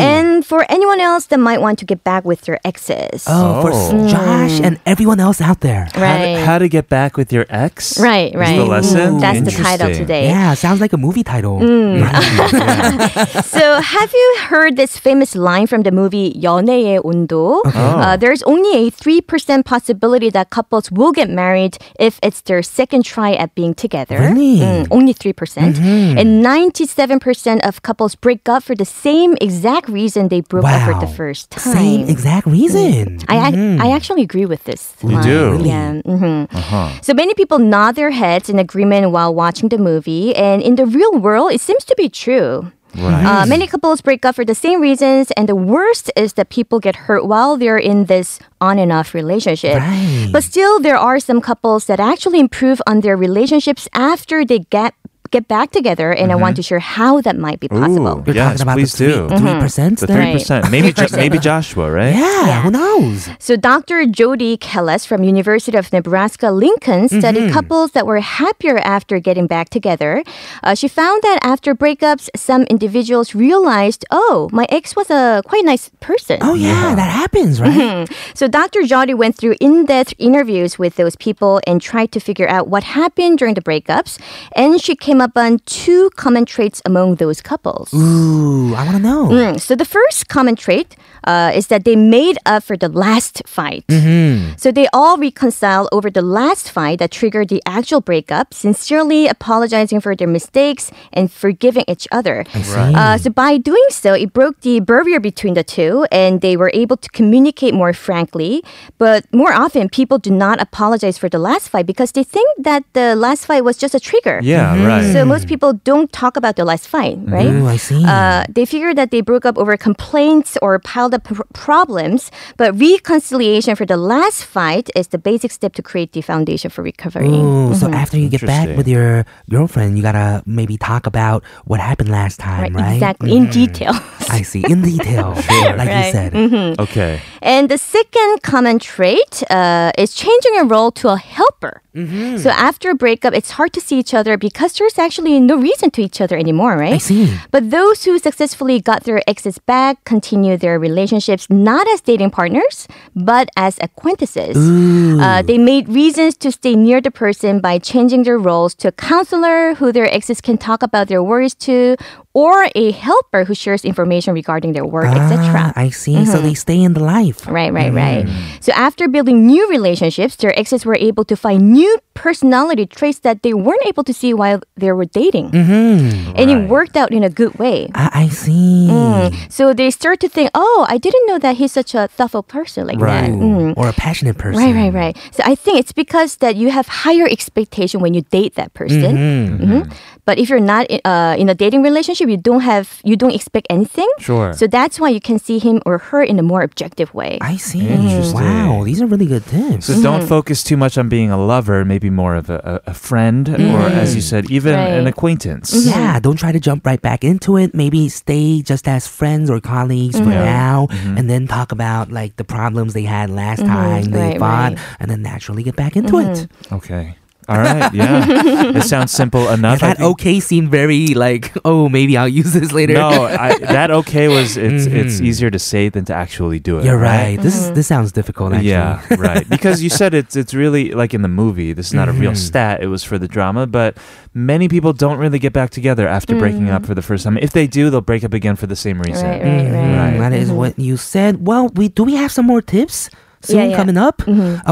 Speaker 7: and for anyone else that might want to get back with their exes.
Speaker 1: Oh, for
Speaker 2: Oh.
Speaker 1: Josh and everyone else out there.
Speaker 2: How to,
Speaker 7: right.
Speaker 2: how to get back with your ex?
Speaker 7: Right,
Speaker 2: is
Speaker 7: right.
Speaker 2: the
Speaker 7: Mm,
Speaker 2: lesson.
Speaker 7: That's the title
Speaker 2: Interesting.
Speaker 7: today.
Speaker 1: Yeah, sounds like a movie title.
Speaker 7: Mm, So, have you heard this famous line from the movie 연애의 온도?
Speaker 1: Uh-huh.
Speaker 7: Uh, there's only a 3% possibility that couples will get married if it's their second try at being together.
Speaker 1: Really? Mm-hmm.
Speaker 7: Mm, only 3%. percent And 97% of couples break up for the same exact reason they broke up for
Speaker 1: Wow.
Speaker 7: the first time.
Speaker 1: Same mm-hmm. exact reason.
Speaker 7: Mm. I, ac- I actually agree with this. You
Speaker 2: do? Really?
Speaker 7: Yeah. hmm
Speaker 1: Uh-huh.
Speaker 7: So many people nod their heads in agreement while watching the movie, and in the real world, it seems to be true. Uh,
Speaker 1: Mm.
Speaker 7: many couples break up for the same reasons, and the worst is that people get hurt while they're in this on and off relationship.
Speaker 1: Right.
Speaker 7: But still, there are some couples that actually improve on their relationships after they get get back together, and I want
Speaker 1: Mm-hmm.
Speaker 7: to share how that might be possible.
Speaker 1: You're
Speaker 2: Yes,
Speaker 1: talking about
Speaker 2: please
Speaker 1: the three,
Speaker 2: do.
Speaker 7: Mm-hmm.
Speaker 1: 3%?
Speaker 2: The
Speaker 1: there?
Speaker 2: three percent, maybe Jo- maybe Joshua, right?
Speaker 1: Yeah, who knows?
Speaker 7: So Dr. Jody Kellis from University of Nebraska-Lincoln studied
Speaker 1: Mm-hmm.
Speaker 7: couples that were happier after getting back together. Uh, she found that after breakups, some individuals realized, oh, my ex was a quite nice person.
Speaker 1: Oh, yeah, that happens, right?
Speaker 7: So Dr. Jody went through in-depth interviews with those people and tried to figure out what happened during the breakups. And she came came up on two common traits among those couples.
Speaker 1: Ooh, I want to know.
Speaker 7: Mm, so the first common trait uh, is that they made up for the last fight.
Speaker 2: Mm-hmm.
Speaker 7: So they all reconcile over the last fight that triggered the actual breakup, sincerely apologizing for their mistakes and forgiving each other. Uh, so by doing so, it broke the barrier between the two, and they were able to communicate more frankly. But more often, people do not apologize for the last fight because they think that the last fight was just a trigger. Mm-hmm.
Speaker 2: Yeah, right. Mm-hmm.
Speaker 7: So most people don't talk about the last fight, right?
Speaker 1: Ooh, I see.
Speaker 7: Uh, they figured that they broke up over complaints or piled up pr- problems, but reconciliation for the last fight is the basic step to create the foundation for recovery.
Speaker 1: Ooh,
Speaker 7: mm-hmm.
Speaker 1: so after you get back with your girlfriend, you gotta maybe talk about what happened last time,
Speaker 7: Right,
Speaker 1: right? Mm-hmm.
Speaker 7: exactly, in detail.
Speaker 1: I see, in detail, like you
Speaker 7: Right. Mm-hmm.
Speaker 1: said.
Speaker 2: Okay.
Speaker 7: And the second common trait uh, is changing a role to a helper.
Speaker 1: Mm-hmm.
Speaker 7: So after a breakup, it's hard to see each other because there's actually no reason to each other anymore, right?
Speaker 1: I see.
Speaker 7: But those who successfully got their exes back continue their relationships not as dating partners, but as acquaintances. Uh, they made reasons to stay near the person by changing their roles to a counselor who their exes can talk about their worries to, or a helper who shares information regarding their work,
Speaker 1: Ah,
Speaker 7: etc.
Speaker 1: I see.
Speaker 7: Mm-hmm.
Speaker 1: So they stay in the life.
Speaker 7: Right, right, right. So after building new relationships, their exes were able to find new personality traits that they weren't able to see while they were dating. And it worked out in a good way.
Speaker 1: Ah, I see.
Speaker 2: Mm.
Speaker 7: Mm. So they start to think, oh, I didn't know that he's such a thoughtful person like
Speaker 2: Right.
Speaker 7: that.
Speaker 1: Ooh, Or a passionate person.
Speaker 7: Mm. Right, right, right. So I think it's because that you have higher expectation when you date that
Speaker 1: Mm-hmm.
Speaker 2: Mm-hmm.
Speaker 7: person. Mhm. But if you're not uh, in a dating relationship, you don't have you don't expect anything.
Speaker 2: Sure.
Speaker 7: So that's why you can see him or her in a more objective way.
Speaker 1: I see.
Speaker 2: Interesting.
Speaker 1: Wow, these are really good tips.
Speaker 7: Mm-hmm.
Speaker 2: So don't focus too much on being a lover, maybe more of a, a a friend or, as you said, even an
Speaker 7: Mm-hmm. Right.
Speaker 2: acquaintance.
Speaker 7: Mm-hmm.
Speaker 1: Yeah, don't try to jump right back into it. Maybe stay just as friends or colleagues for
Speaker 7: Mm-hmm.
Speaker 2: Yeah.
Speaker 1: now
Speaker 2: Mm-hmm.
Speaker 1: and then talk about like the problems they had last time they
Speaker 7: Mm-hmm. Right,
Speaker 1: fought
Speaker 7: right. Mm-hmm.
Speaker 1: and then naturally get back into it.
Speaker 2: Okay. All right. Yeah. it sounds simple enough.
Speaker 1: That
Speaker 2: I think.
Speaker 1: okay seemed very like, oh, maybe I'll use this later.
Speaker 2: No, I, that okay was it's it's easier to say than to actually do
Speaker 1: Mm-hmm.
Speaker 2: it.
Speaker 1: You're right. This
Speaker 7: Mm-hmm.
Speaker 1: is this sounds difficult actually.
Speaker 2: Yeah, right. Because you said it's it's really like in the movie. This is not a real
Speaker 1: Mm-hmm.
Speaker 2: stat. It was for the drama, but many people don't really get back together after breaking up for the first time. If they do, they'll break up again for the same reason.
Speaker 7: Mm-hmm. Right, right,
Speaker 1: Mm,
Speaker 7: right.
Speaker 1: That is what you said. Well, we do we have some more tips soon
Speaker 7: Mm-hmm. Yeah, Mm-hmm. yeah.
Speaker 1: coming up?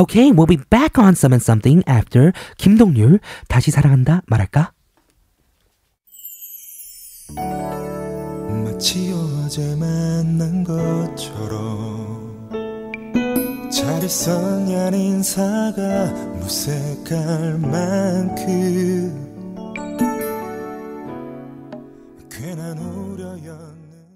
Speaker 1: Okay, we'll be back on Some and Something after 김동률 다시 사랑한다 말할까?
Speaker 3: 마치 어제 만난 것처럼 잘 있었냐는 인사가 무색할 만큼 괜한 우려였네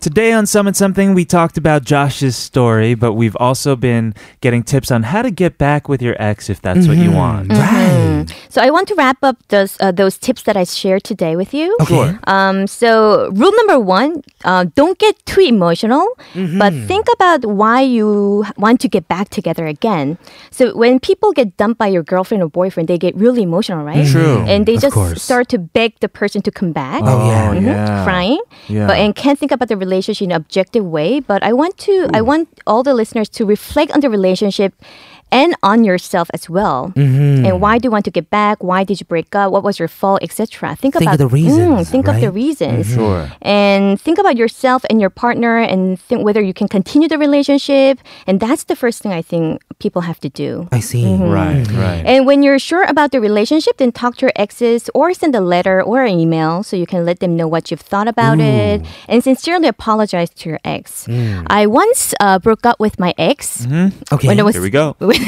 Speaker 2: Today on Summon Something, we talked about Josh's story, but we've also been getting tips on how to get back with your ex if that's what you want.
Speaker 1: Right.
Speaker 7: So I want to wrap up those uh, those tips that I shared today with you.
Speaker 1: Okay. Sure.
Speaker 7: Um, so rule number one: uh, don't get too emotional,
Speaker 1: Mm-hmm.
Speaker 7: but think about why you want to get back together again. So when people get dumped by your girlfriend or boyfriend, they get really emotional, right?
Speaker 2: True.
Speaker 7: And they
Speaker 1: Mm-hmm. Of
Speaker 7: just
Speaker 1: course.
Speaker 7: start to beg the person to come back.
Speaker 1: Oh, yeah.
Speaker 7: Mhm,
Speaker 2: yeah.
Speaker 7: crying,
Speaker 2: Yeah.
Speaker 7: but and can't think about the relationship in an objective way. But I want to, I want all the listeners to reflect on the relationship and on yourself as well. And why do you want to get back? Why did you break up? What was your fault, etc. Think,
Speaker 1: Think of
Speaker 7: about Mm,
Speaker 1: the reasons,
Speaker 7: think of the
Speaker 1: right?
Speaker 7: reasons.
Speaker 2: Sure.
Speaker 7: And think about yourself and your partner, and think whether you can continue the relationship. And that's the first thing I think people have to do.
Speaker 1: I see.
Speaker 7: Mm-hmm.
Speaker 2: Right, right.
Speaker 7: And when you're sure about the relationship, then talk to your exes or send a letter or an email so you can let them know what you've thought about
Speaker 2: Mm.
Speaker 7: it and sincerely apologize to your ex. I once uh, broke up with my ex
Speaker 1: Okay.
Speaker 7: when I was.
Speaker 2: Mm-hmm. Here we go.
Speaker 7: When I was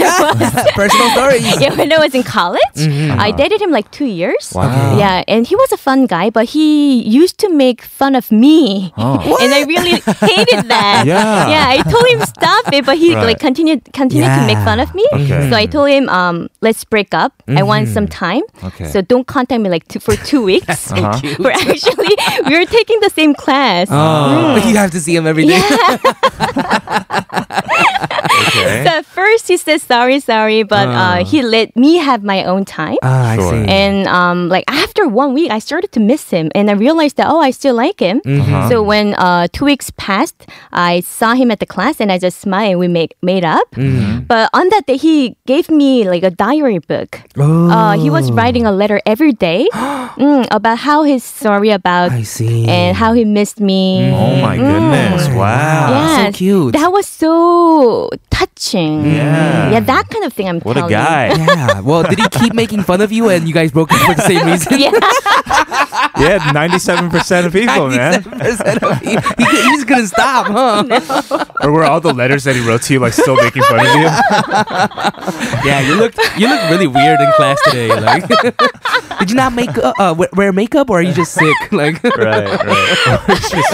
Speaker 1: Personal stories.
Speaker 7: yeah, when I was in college, I dated him like two years.
Speaker 2: Mm-hmm. Wow.
Speaker 7: Yeah, and he was a fun guy, but he used to make fun of me,
Speaker 2: Oh.
Speaker 7: and I really hated that.
Speaker 2: Yeah.
Speaker 7: I told him stop it, but he
Speaker 2: Right.
Speaker 7: like continued continued to make fun of me.
Speaker 2: Okay. Mm-hmm.
Speaker 7: So I told him, um, let's break up. I want some time.
Speaker 2: Okay. Uh-huh.
Speaker 7: So don't contact me like two, for two weeks. We're actually we were taking the
Speaker 1: Uh.
Speaker 7: same class.
Speaker 1: Oh, you have to see him every day.
Speaker 2: Okay.
Speaker 7: So at first he said sorry, sorry, but
Speaker 2: Ah.
Speaker 7: uh, he let me have my own time.
Speaker 1: Ah, I
Speaker 2: Sure.
Speaker 1: see.
Speaker 7: And um, like after one week, I started to miss him, and I realized that oh, I still like him. So when uh, two weeks passed, I saw him at the class, and I just smiled, and we make, made up. But on that day, he gave me like a diary book.
Speaker 1: Oh,
Speaker 7: Uh, he was writing a letter every day mm, about how he's sorry about
Speaker 1: I see.
Speaker 7: and how he missed me.
Speaker 2: Oh my goodness.
Speaker 1: so
Speaker 2: Wow.
Speaker 1: cute.
Speaker 7: That was so touching.
Speaker 2: Yeah.
Speaker 7: Yeah, that kind of thing I'm
Speaker 2: What a
Speaker 7: telling you.
Speaker 2: guy.
Speaker 1: yeah. Well, did he keep making fun of you and you guys broke up for the same reason?
Speaker 7: Yeah.
Speaker 2: yeah, 97% of people, man.
Speaker 1: 97% of you. He, he just couldn't stop, huh?
Speaker 2: Or were all the letters that he wrote to you like still making fun of you?
Speaker 1: Yeah, you looked you looked really weird in class today. Like, did you not make uh, uh, we- wear makeup or are you just sick? Like,
Speaker 2: right,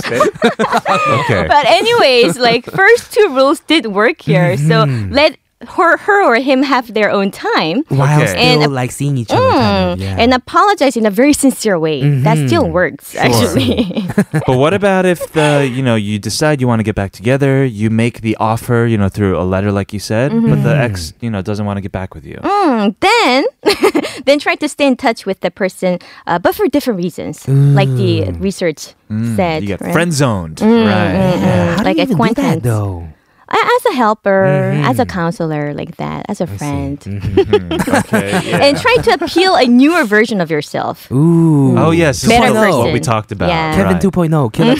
Speaker 2: right. okay.
Speaker 7: But anyways, like first two rules did work here. So
Speaker 1: Mm-hmm.
Speaker 7: let her, her or him have their own time.
Speaker 1: wow,
Speaker 2: Okay.
Speaker 1: still
Speaker 7: And- Mm.
Speaker 1: like seeing each other. Kind of, yeah. Mm-hmm.
Speaker 7: And apologize in a very sincere way. That still works, actually.
Speaker 2: But what about if the you know you decide you want to get back together, you make the offer, you know, through a letter like you said, but the ex, you know, doesn't want to get back with you.
Speaker 7: Mm, then, then try to stay in touch with the person, uh, but for different reasons, like the
Speaker 1: Mm.
Speaker 7: research said.
Speaker 2: Mm, you get
Speaker 7: right? Mm-hmm.
Speaker 2: friend zoned, right?
Speaker 1: How
Speaker 2: Yeah.
Speaker 1: do
Speaker 7: mm, like
Speaker 1: you even do that
Speaker 7: acquaintance.
Speaker 1: though? Mm-hmm.
Speaker 7: A- As a helper, as a counselor, like that, as a friend. Mm-hmm.
Speaker 2: Okay, yeah.
Speaker 7: And try to appeal a newer version of yourself.
Speaker 1: Ooh.
Speaker 2: Oh yes, this is
Speaker 7: Better
Speaker 2: what, what
Speaker 7: person.
Speaker 2: we talked about.
Speaker 7: Yeah.
Speaker 1: Kevin oh. 2.0,
Speaker 2: right.
Speaker 1: Kevin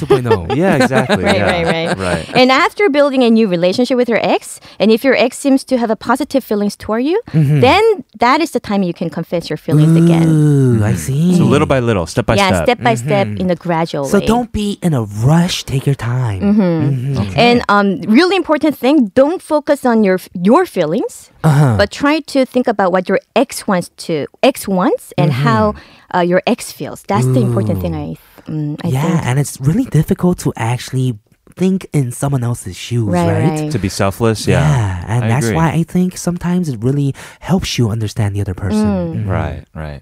Speaker 1: 2.0.
Speaker 2: Yeah, exactly.
Speaker 7: Right,
Speaker 2: yeah.
Speaker 7: right, right.
Speaker 2: Right.
Speaker 7: And after building a new relationship with your ex, and if your ex seems to have a positive feelings toward you, then that is the time you can confess your feelings again.
Speaker 1: Mm-hmm. Ooh, I see.
Speaker 2: So little by little, step by
Speaker 7: yeah,
Speaker 2: step.
Speaker 7: step by step in a gradual
Speaker 1: Mm-hmm. So
Speaker 7: way.
Speaker 1: don't be in a rush. Take your time.
Speaker 7: Mm-hmm.
Speaker 1: Mm-hmm.
Speaker 7: And um, really important thing: don't focus on your your feelings,
Speaker 1: Uh-huh.
Speaker 7: but try to think about what your ex wants to ex wants and
Speaker 1: Mm-hmm.
Speaker 7: how uh, your ex feels. That's the important thing. I mm, I
Speaker 1: yeah,
Speaker 7: think.
Speaker 1: and it's really difficult to actually think in someone else's shoes, right?
Speaker 7: Right,
Speaker 2: To be selfless,
Speaker 1: Yeah.
Speaker 2: yeah.
Speaker 1: and
Speaker 2: I
Speaker 1: that's
Speaker 2: agree.
Speaker 1: why I think sometimes it really helps you understand the other
Speaker 7: Mm.
Speaker 1: person.
Speaker 2: Right, right.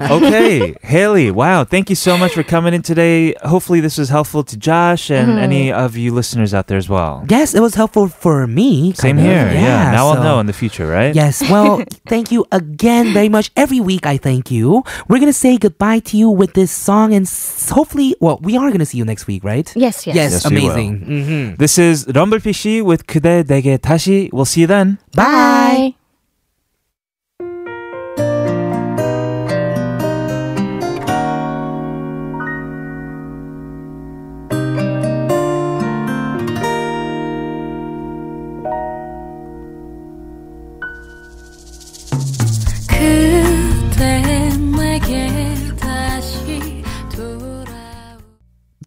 Speaker 2: okay, Haley, wow, thank you so much for coming in today. Hopefully, this was helpful to Josh and
Speaker 7: Mm-hmm.
Speaker 2: any of you listeners out there as well.
Speaker 1: Yes, it was helpful for me.
Speaker 2: Same
Speaker 1: kind of.
Speaker 2: here, yeah. Now
Speaker 1: so-
Speaker 2: I'll know in the future, right?
Speaker 1: Yes, well, thank you again very much. Every week, I thank you. We're going to say goodbye to you with this song, and s- hopefully, well, we are going to see you next week, right?
Speaker 7: Yes, yes.
Speaker 1: Yes,
Speaker 2: Yes, we will.
Speaker 1: amazing. hmm
Speaker 2: This is Rumblefish with 그대 내게 다시. We'll see you then.
Speaker 1: Bye.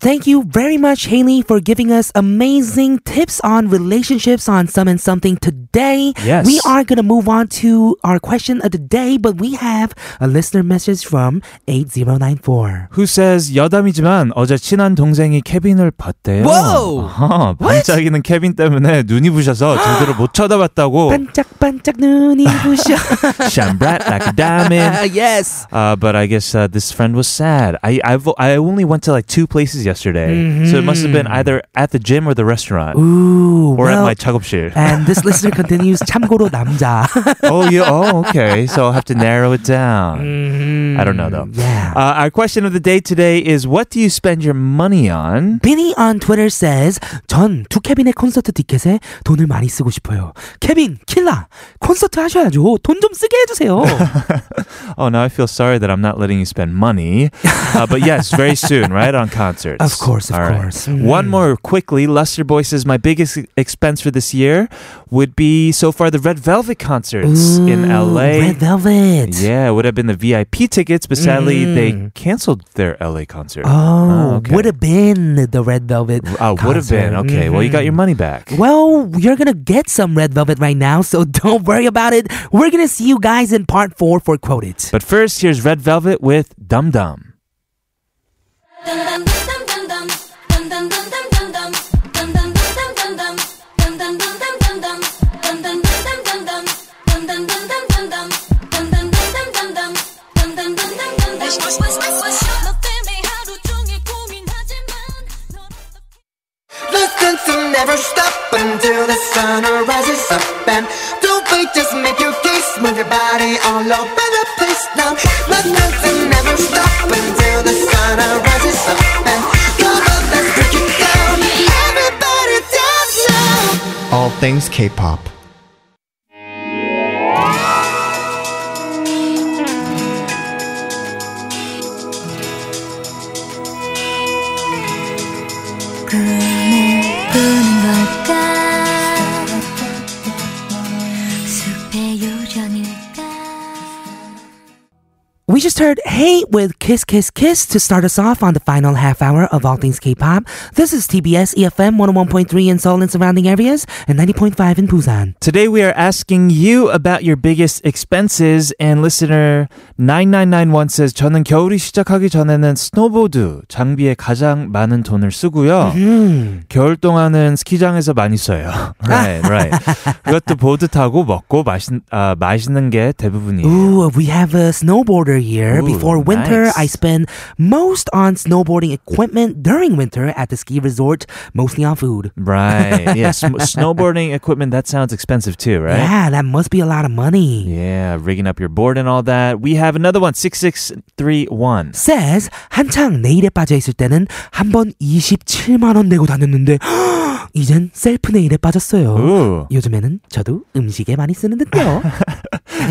Speaker 1: Thank you very much, Haley, for giving us amazing tips on relationships on some and something today.
Speaker 2: Yes.
Speaker 1: We are going to move on to our question of the day, but we have a listener message from 8094.
Speaker 2: Who says 여담이지만 어제 친한 동생이 케빈을 봤대요.
Speaker 1: Whoa!
Speaker 2: 아하, 반짝이는 케빈 때문에 눈이 부셔서 제대로 못 쳐다봤다고.
Speaker 1: 반짝반짝 눈이 부셔.
Speaker 2: Shine bright like a
Speaker 1: Ah,
Speaker 2: diamond.
Speaker 1: yes.
Speaker 2: Uh, but I guess uh, this friend was sad. I I've, I only went to like two places yesterday, so it must have been either at the gym or the restaurant
Speaker 1: Mm-hmm. Ooh.
Speaker 2: or at
Speaker 1: well,
Speaker 2: my 작업실.
Speaker 1: and this listener continues, 참고로 남자.
Speaker 2: oh, you. Oh, okay. So I'll have to narrow it down.
Speaker 1: Mm.
Speaker 2: I don't know though.
Speaker 1: yeah.
Speaker 2: Uh, our question of the day today is: What do you spend your money on?
Speaker 1: Binny on Twitter says, 전 두 케빈의 콘서트 티켓에 돈을 많이 쓰고 싶어요. 케빈, 킬라, 콘서트 하셔야죠. 돈 좀 쓰게 해주세요.
Speaker 2: Oh, now I feel sorry that I'm not letting you spend money. Uh, but yes, very soon, right on concerts.
Speaker 1: Of course, of
Speaker 2: All right.
Speaker 1: course. Mm.
Speaker 2: One more quickly. Lester Boy says my biggest e- expense for this year would be so far the Red Velvet concerts in LA.
Speaker 1: Red Velvet.
Speaker 2: Yeah, it would have been the VIP tickets, but sadly they canceled their LA concert.
Speaker 1: Mm. Oh,
Speaker 2: Oh, okay.
Speaker 1: would have been the Red Velvet.
Speaker 2: Uh, would have been.
Speaker 1: concert. Mm-hmm.
Speaker 2: Okay, well, you got your money back.
Speaker 1: Well, you're gonna get some Red Velvet right now, so don't worry about it. We're gonna see you guys in part four for Quote It.
Speaker 2: But first, here's Red Velvet with Dum Dum.
Speaker 5: Listen to never stop until the sun rises up and don't wait, just make your case. Move your body all over the place now. Let nothing never stop until the sun rises up and come on, let's break it down. Everybody dance now.
Speaker 10: All things K-pop.
Speaker 1: We just heard Hey with Kiss Kiss Kiss to start us off on the final half hour of All Things K-Pop. This is TBS EFM 101.3 in Seoul and surrounding areas and 90.5 in Busan.
Speaker 2: Today we are asking you about your biggest expenses and listener 9991 says 저는 겨울이 시작하기 전에는 스노보드 장비에 가장 많은 돈을 쓰고요. 겨울 동안은 스키장에서 많이 써요. right, right. 그것도 보드 타고 먹고 마신 아, 맛있는 게 대부분이에요.
Speaker 1: Ooh, we have a snowboarder here.
Speaker 2: Ooh,
Speaker 1: Before winter,
Speaker 2: nice.
Speaker 1: I spend most on snowboarding equipment during winter at the ski resort, mostly on food.
Speaker 2: Right. Yeah, sm- snowboarding equipment that sounds expensive too, right?
Speaker 1: Yeah, that must be a lot of money.
Speaker 2: Yeah, rigging up your board and all that. We have another one, 6631.
Speaker 1: says 한창 네일에 빠져 있을 때는 한 번 27만 원 내고 다녔는데 이젠 셀프 네일에 빠졌어요.
Speaker 2: Ooh.
Speaker 1: 요즘에는 저도 음식에 많이 쓰는 듯요.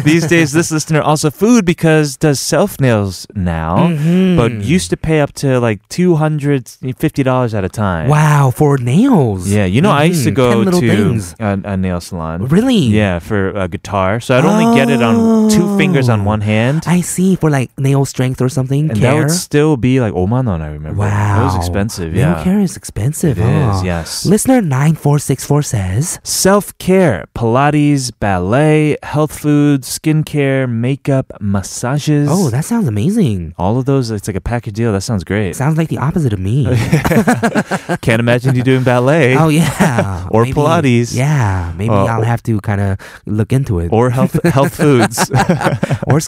Speaker 2: These days, this listener also food because does self nails now, 어?
Speaker 1: 음.
Speaker 2: but
Speaker 1: Mm-hmm.
Speaker 2: used to pay up to like $250 at a time.
Speaker 1: wow, for nails.
Speaker 2: Yeah, you know, I used to
Speaker 1: Mhm,
Speaker 2: go
Speaker 1: ten little
Speaker 2: to
Speaker 1: things.
Speaker 2: a, a nail salon.
Speaker 1: Really?
Speaker 2: Yeah, for a guitar. So I'd only get it on two fingers on
Speaker 1: Oh.
Speaker 2: one hand.
Speaker 1: I see for like nail strength or something.
Speaker 2: and that
Speaker 1: care.
Speaker 2: would still be like omanon, I remember.
Speaker 1: wow,
Speaker 2: It was expensive,
Speaker 1: Nail
Speaker 2: yeah.
Speaker 1: care is expensive.
Speaker 2: It
Speaker 1: huh?
Speaker 2: is, yes.
Speaker 1: Listener nine four six four says,
Speaker 2: Self care, Pilates, ballet, health food, skincare, makeup, massages.
Speaker 1: "Oh, that sounds amazing.
Speaker 2: all of those. It's like a package deal. That sounds great.
Speaker 1: Sounds like the opposite of me."
Speaker 2: Can't imagine you doing ballet
Speaker 1: Oh yeah,
Speaker 2: Or Pilates.
Speaker 1: Yeah, maybe
Speaker 2: Uh,
Speaker 1: I'll have to kind of look into it or,
Speaker 2: or health health foods.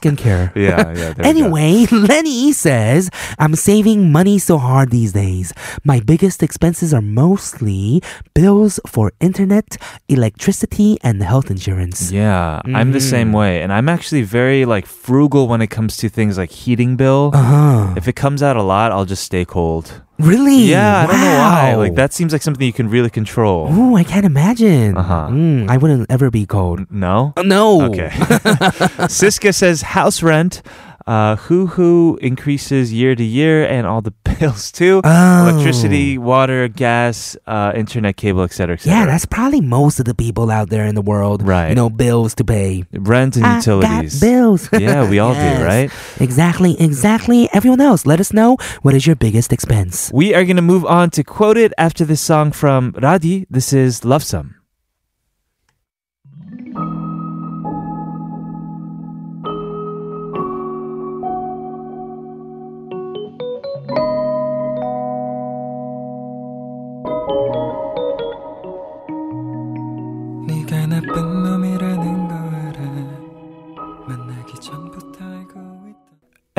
Speaker 1: skincare.
Speaker 2: yeah, yeah. there we go.
Speaker 1: Anyway, Lenny says, I'm saving money so hard these days. My biggest expenses are mostly bills for internet, electricity, and health insurance.
Speaker 2: Yeah,
Speaker 1: Mm-hmm.
Speaker 2: I'm the same way, and I'm actually very like frugal when it comes to things like heating bill.
Speaker 1: Uh-huh.
Speaker 2: If it comes out a lot, I'll just stay cold.
Speaker 1: Really?
Speaker 2: Yeah, I don't know why. Like
Speaker 1: Wow.
Speaker 2: that seems like something you can really control.
Speaker 1: Ooh, I can't imagine.
Speaker 2: Uh-huh.
Speaker 1: Mm, I wouldn't ever be cold.
Speaker 2: No.
Speaker 1: Uh, no.
Speaker 2: Okay. Siska says house rent. Uh, hoo hoo increases year to year, and all the bills too.
Speaker 1: Oh.
Speaker 2: Electricity, water, gas, uh, internet cable, etc. etc.
Speaker 1: Yeah, that's probably most of the people out there in the world.
Speaker 2: Right.
Speaker 1: You know, bills to pay.
Speaker 2: rent and
Speaker 1: I
Speaker 2: utilities.
Speaker 1: got bills.
Speaker 2: Yeah, we all
Speaker 1: Yes.
Speaker 2: do, right?
Speaker 1: Exactly, exactly. Everyone else, let us know what is your biggest expense.
Speaker 2: We are going to move on to quote it after this song from Radi. This is Love Some.
Speaker 6: 네가 나쁜 놈이라는 거 알아 만나기 전부터 알고 있던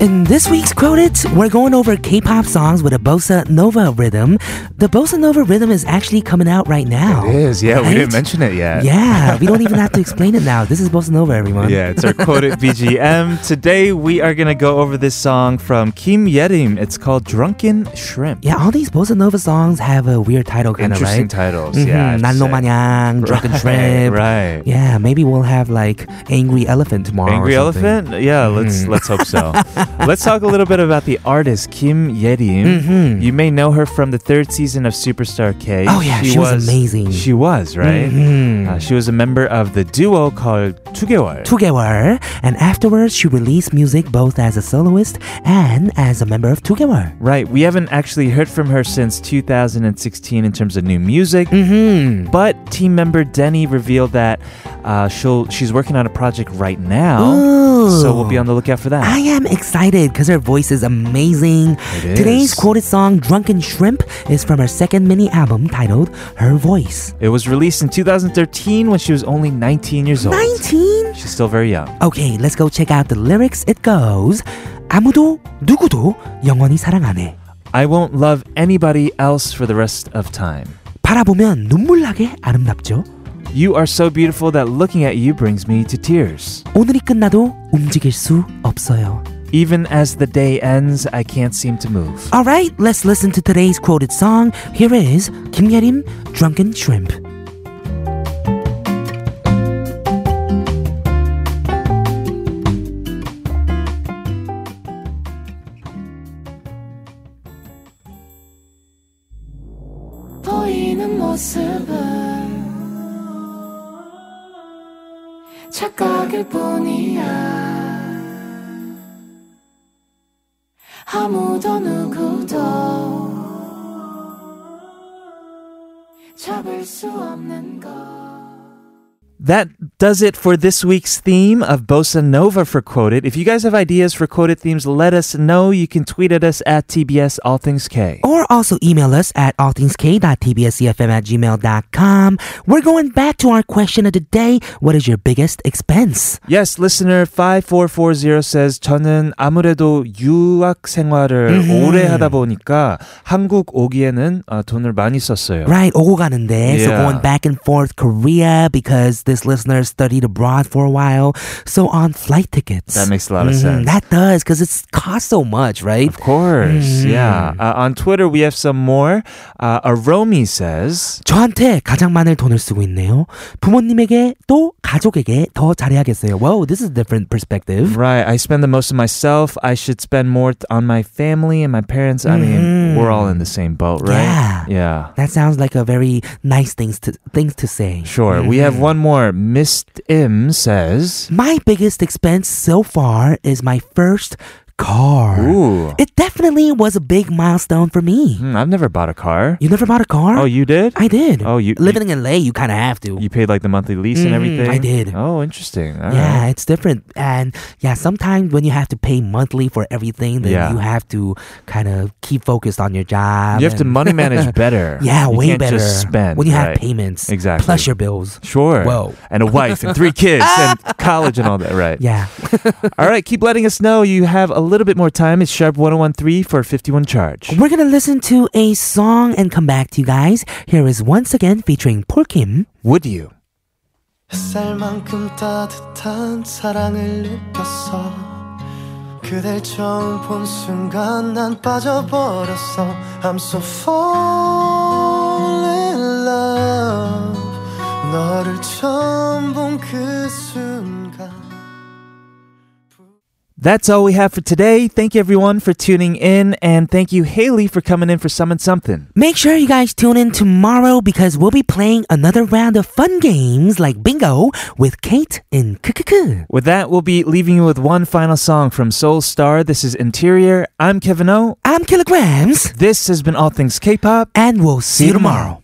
Speaker 1: In this week's Quote It, we're going over K pop songs with a bossa nova rhythm. The bossa nova rhythm is actually coming out right now. right?
Speaker 2: it yet.
Speaker 1: Yeah, we don't even have to explain it now. This is bossa nova, everyone.
Speaker 2: Yeah, it's our quote at BGM. Today we are going to go over this song from Kim Yerim. It's called Drunken Shrimp.
Speaker 1: Yeah, all these bossa nova songs have a weird title, kind of,
Speaker 2: Interesting
Speaker 1: right?
Speaker 2: titles. Yeah. I'd say.
Speaker 1: Nanlomanyang, Drunken
Speaker 2: Right,
Speaker 1: Shrimp.
Speaker 2: Right.
Speaker 1: Yeah, maybe we'll have like Angry Elephant tomorrow. or
Speaker 2: Angry
Speaker 1: something. Mm.
Speaker 2: Elephant? Yeah, let's let's hope so. let's talk a little bit about the artist Kim Yerim. You may know her from the third season of Superstar K.
Speaker 1: Mm-hmm. Oh, yeah, she was amazing. Mm-hmm.
Speaker 2: She was right. Uh, she was a member of the duo called Tugewal.
Speaker 1: Together, and afterwards she released music both as a soloist and as a member of Together.
Speaker 2: Right, we haven't actually heard from her since 2016 in terms of new music,
Speaker 1: Mm-hmm.
Speaker 2: but team member Denny revealed that Uh, she'll she's working on a project right now, so we'll be on the lookout for that.
Speaker 1: I am excited because her voice is amazing.
Speaker 2: It
Speaker 1: Today's
Speaker 2: is.
Speaker 1: quoted song, Drunken Shrimp, is from her second mini album titled Her Voice.
Speaker 2: It was released in 2013 when she was only 19 years old.
Speaker 1: 19?
Speaker 2: She's still very young.
Speaker 1: Okay, let's go check out the lyrics. It goes, 아무도 누구도 영원히 사랑 안 해.
Speaker 2: I won't love anybody else for the rest of time.
Speaker 1: 바라보면 눈물 나게 아름답죠.
Speaker 2: You are so beautiful that looking at you brings me to tears.
Speaker 1: 오늘이 끝나도 움직일 수 없어요.
Speaker 2: Even as the day ends, I can't seem to move.
Speaker 1: All right, let's listen to today's quoted song. Here is Kim Yerim, Drunken Shrimp.
Speaker 11: 보이는 모습은 착각일 뿐이야 아무도 누구도 잡을 수 없는 것
Speaker 2: That does it for this week's theme of Bossa Nova for Quoted. If you guys have ideas for quoted themes, let us know. You can tweet at us at TBS All Things K.
Speaker 1: or also email us at allthingsk.tbscfm E at gmail.com. We're going back to our question of the day. What is your biggest expense?
Speaker 2: Yes, listener 5440 says 저는 아무래도 유학 생활을 오래 하다 보니까 한국 오기에는 아, 돈을 많이 썼어요.
Speaker 1: Right, 오고 가는데. So
Speaker 2: Yeah.
Speaker 1: going back and forth Korea because this listener studied abroad for a while. So on flight tickets.
Speaker 2: That makes a lot of
Speaker 1: Mhm,
Speaker 2: sense.
Speaker 1: That does because it's cost so much, right? Mm-hmm.
Speaker 2: Of course. Yeah. Uh, on Twitter, we have some more. Uh, Aromi says,
Speaker 1: 저한테 가장 많은 돈을 쓰고 있네요. 부모님에게 또 가족에게 더 잘해야겠어요. Whoa, this is a different perspective.
Speaker 2: Right. I spend the most on myself. I should spend more th- on my family and my parents. I mean, we're all in the same boat, right?
Speaker 1: Mm-hmm. Yeah.
Speaker 2: Yeah.
Speaker 1: That sounds like a very nice things to things to say. Mm-hmm.
Speaker 2: Sure. We have one more. Miss Im says,
Speaker 1: My biggest expense so far is my first car.
Speaker 2: Ooh.
Speaker 1: It definitely was a big milestone for me.
Speaker 2: Hmm, I've never bought a car.
Speaker 1: You never bought a car?
Speaker 2: Oh, you did?
Speaker 1: I did.
Speaker 2: Oh, you-
Speaker 1: living in LA, you kind of have to.
Speaker 2: You paid like the monthly lease and
Speaker 1: Mhm,
Speaker 2: everything?
Speaker 1: I did.
Speaker 2: Oh, interesting. All right.
Speaker 1: yeah, it's different. And yeah, sometimes when you have to pay monthly for everything, then
Speaker 2: Yeah.
Speaker 1: you have to kind of keep focused on your job.
Speaker 2: You have to
Speaker 1: and-
Speaker 2: money manage better.
Speaker 1: Yeah,
Speaker 2: You
Speaker 1: way
Speaker 2: can't
Speaker 1: better.
Speaker 2: Just spend
Speaker 1: when you have
Speaker 2: right.
Speaker 1: payments.
Speaker 2: Exactly.
Speaker 1: Plus your bills.
Speaker 2: Sure.
Speaker 1: Whoa.
Speaker 2: And a wife and three kids and college and all that, right?
Speaker 1: Yeah.
Speaker 2: All right, keep letting us know. You have a little bit more time. It's Sharp 1013 for 51 charge.
Speaker 1: We're going to listen to a song and come back to you guys. Here is once again featuring Paul Kim.
Speaker 2: Would you?
Speaker 6: 햇살만큼 따뜻한 사랑을 느꼈어 그댈 처음 본 순간 난 빠져버렸어 I'm so fall in love 너를 처음 본 그 순간
Speaker 2: That's all we have for today. Thank you, everyone, for tuning in. And thank you, Haley, for coming in for Summon Something.
Speaker 1: Make sure you guys tune in tomorrow because we'll be playing another round of fun games like bingo with Kate in Kukuku.
Speaker 2: With that, we'll be leaving you with one final song from Soul Star. This is Interior. I'm Kevin O.
Speaker 1: I'm Kilograms
Speaker 2: This has been All Things K pop.
Speaker 1: and we'll see you tomorrow.